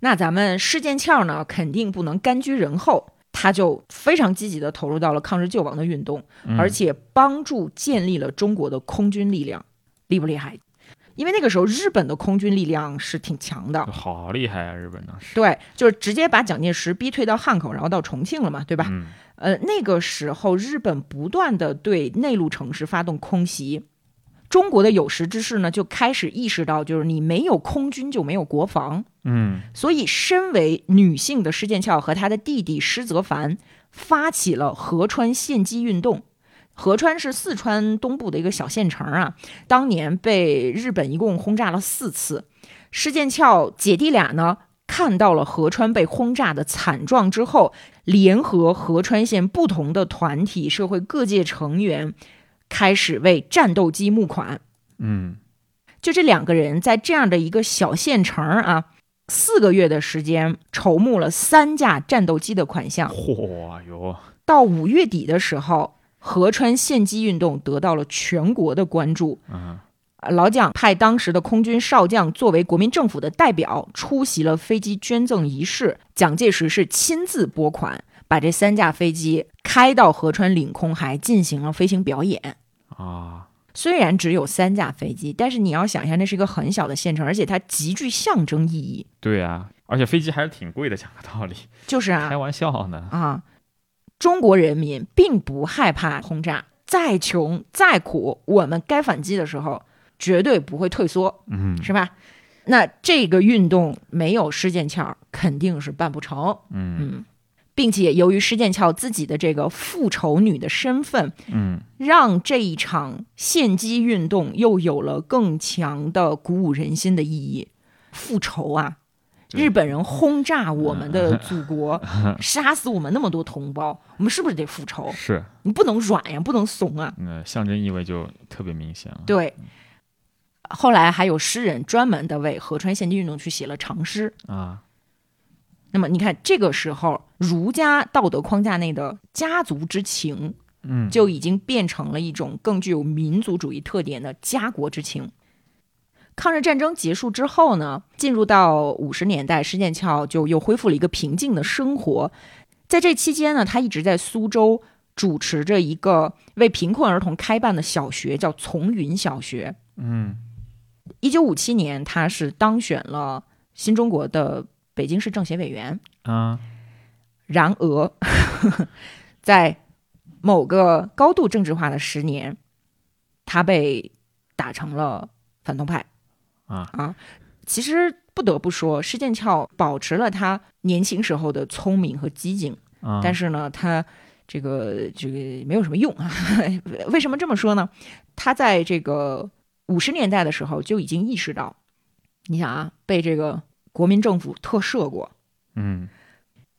A: 那咱们施剑翘呢，肯定不能甘居人后，她就非常积极地投入到了抗日救亡的运动。
B: 嗯
A: 而且帮助建立了中国的空军力量，厉不厉害？因为那个时候日本的空军力量是挺强的，
B: 好厉害啊，日本当时。
A: 对，就是直接把蒋介石逼退到汉口，然后到重庆了嘛，对吧？
B: 嗯
A: 呃，那个时候日本不断的对内陆城市发动空袭，中国的有识之士呢就开始意识到，就是你没有空军就没有国防，
B: 嗯
A: 所以，身为女性的施剑翘和她的弟弟施泽藩发起了合川献鸡运动。合川是四川东部的一个小县城啊，当年被日本一共轰炸了四次。施剑翘姐弟俩呢，看到了合川被轰炸的惨状之后，联合合川县不同的团体、社会各界成员，开始为战斗机募款。
B: 嗯
A: 就这两个人在这样的一个小县城儿啊，四个月的时间筹募了三架战斗机的款项。
B: 嚯哟，
A: 到五月底的时候，合川献机运动得到了全国的关注。
B: 嗯
A: 呃老蒋派当时的空军少将作为国民政府的代表出席了飞机捐赠仪式，蒋介石是亲自拨款，把这三架飞机开到合川领空，还进行了飞行表演。
B: 啊，
A: 虽然只有三架飞机，但是你要想一下，那是一个很小的县城，而且它极具象征意义。
B: 对啊，而且飞机还是挺贵的，讲个道理，
A: 就是
B: 开
A: 啊
B: 玩笑呢。
A: 啊，中国人民并不害怕轰炸，再穷再苦，我们该反击的时候绝对不会退缩，
B: 嗯
A: 是吧？那这个运动没有施剑翘，肯定是办不成。
B: 嗯
A: 嗯，并且由于施剑翘自己的这个复仇女的身份，
B: 嗯。
A: 让这一场献祭运动又有了更强的鼓舞人心的意义。复仇啊！
B: 对
A: 日本人轰炸我们的祖国， 杀死我们那么多同胞，我们是不是得复仇？
B: 是，
A: 你不能软呀，不能怂啊！
B: 嗯，象征意味就特别明显了。
A: 对。后来还有诗人专门的为合川献祭运动去写了长诗，
B: 啊，
A: 那么你看，这个时候儒家道德框架内的家族之情，
B: 嗯
A: 就已经变成了一种更具有民族主义特点的家国之情。抗日战争结束之后呢，进入到五十年代，施剑翘就又恢复了一个平静的生活。在这期间呢，他一直在苏州主持着一个为贫困儿童开办的小学，叫从云小学。
B: 嗯
A: 一九五七年，他是当选了新中国的北京市政协委员。
B: 啊，
A: 然而， 在某个高度政治化的十年，他被打成了反动派。
B: 啊
A: 啊，其实不得不说，施剑翘保持了他年轻时候的聪明和机警。
B: 啊，
A: 但
B: 是
A: 是呢，他这个这个没有什么用啊。 为什么这么说呢？他在这个五十年代的时候就已经意识到，你想啊，被这个国民政府特赦过，
B: 嗯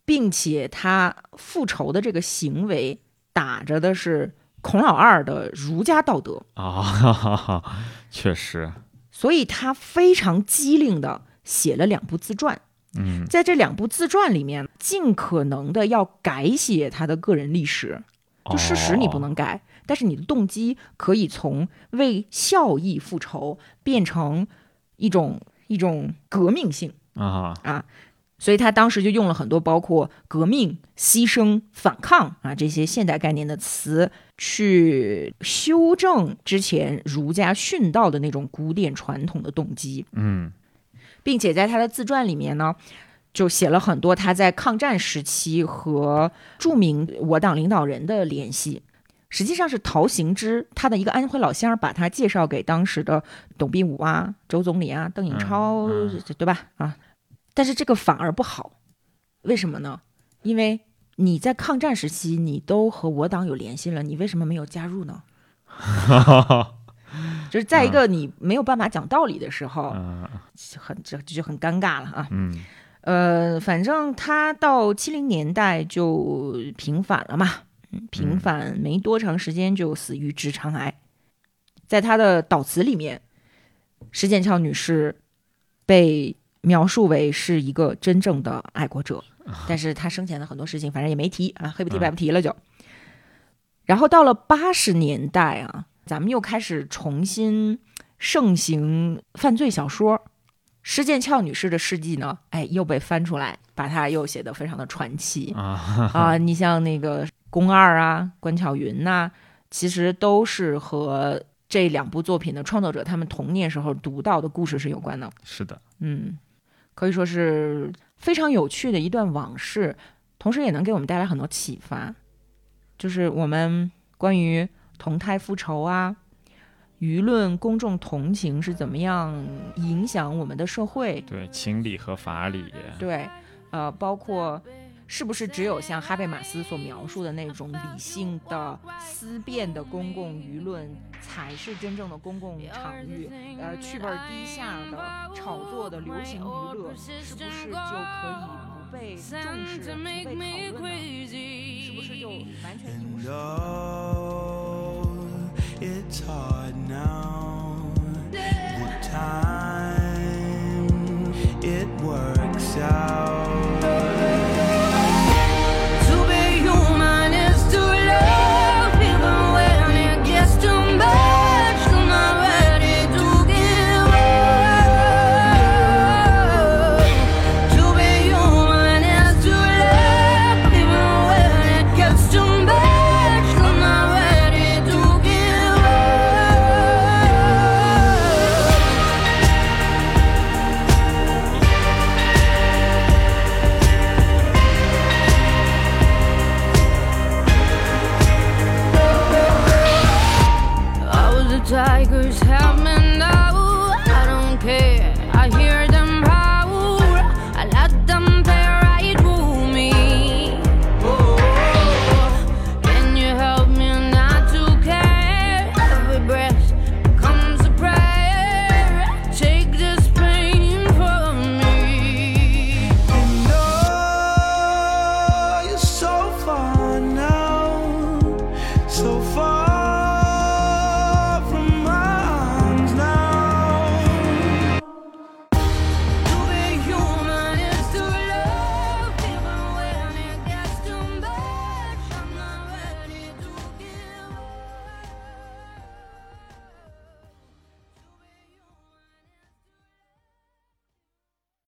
A: 并且他复仇的这个行为打着的是孔老二的儒家道德，
B: 啊， 哈哈哈，确实，
A: 所以他非常机灵的写了两部自传。
B: 嗯
A: 在这两部自传里面，尽可能的要改写他的个人历史，
B: 哦
A: 就事实你不能改，但是你的动机可以从为效益复仇变成一种一种革命性。
B: 啊，
A: 所以他当时就用了很多包括革命、牺牲、反抗啊这些现代概念的词，去修正之前儒家殉道的那种古典传统的动机，
B: 嗯
A: 并且在他的自传里面呢，就写了很多他在抗战时期和著名我党领导人的联系。实际上是陶行知他的一个安徽老乡儿把他介绍给当时的董必武啊、周总理啊、邓颖超，
B: 嗯
A: 对吧？啊，但是这个反而不好，为什么呢？因为你在抗战时期你都和我党有联系了，你为什么没有加入呢？
B: 啊
A: 就是在一个你没有办法讲道理的时候，
B: 嗯
A: 很这这就很尴尬了啊。
B: 嗯
A: 呃，反正他到七零年代就平反了嘛，嗯平反没多长时间就死于直肠癌。在他的悼词里面，石剑翘女士被描述为是一个真正的爱国者，但是她生前的很多事情反正也没提啊，黑不提白不提了就。然后到了八十年代啊，咱们又开始重新盛行犯罪小说，施剑翘女士的事迹呢，哎，又被翻出来，把她又写得非常的传奇
B: 啊，
A: 啊。你像那个宫二啊、关巧云呐、其实都是和这两部作品的创作者他们童年时候读到的故事是有关的。
B: 是的，
A: 嗯，可以说是非常有趣的一段往事，同时也能给我们带来很多启发，就是我们关于同态复仇啊。舆论、公众同情是怎么样影响我们的社会？
B: 对情理和法理，
A: 对，呃，包括是不是只有像哈贝马斯所描述的那种理性的、思辨的公共舆论，才是真正的公共场域？呃，去味儿低下的炒作的流行娱乐，是不是就可以不被重视、不被讨论呢？是不是就完全一无是
C: And
A: 处？
C: oh, it's hard now. The time it works out.
D: To be human is to love, even when it gets too much. I'm not ready to give up. To be human is to love, even when it gets too much. I'm not ready to give up. I was a tiger's helmet
C: Oh,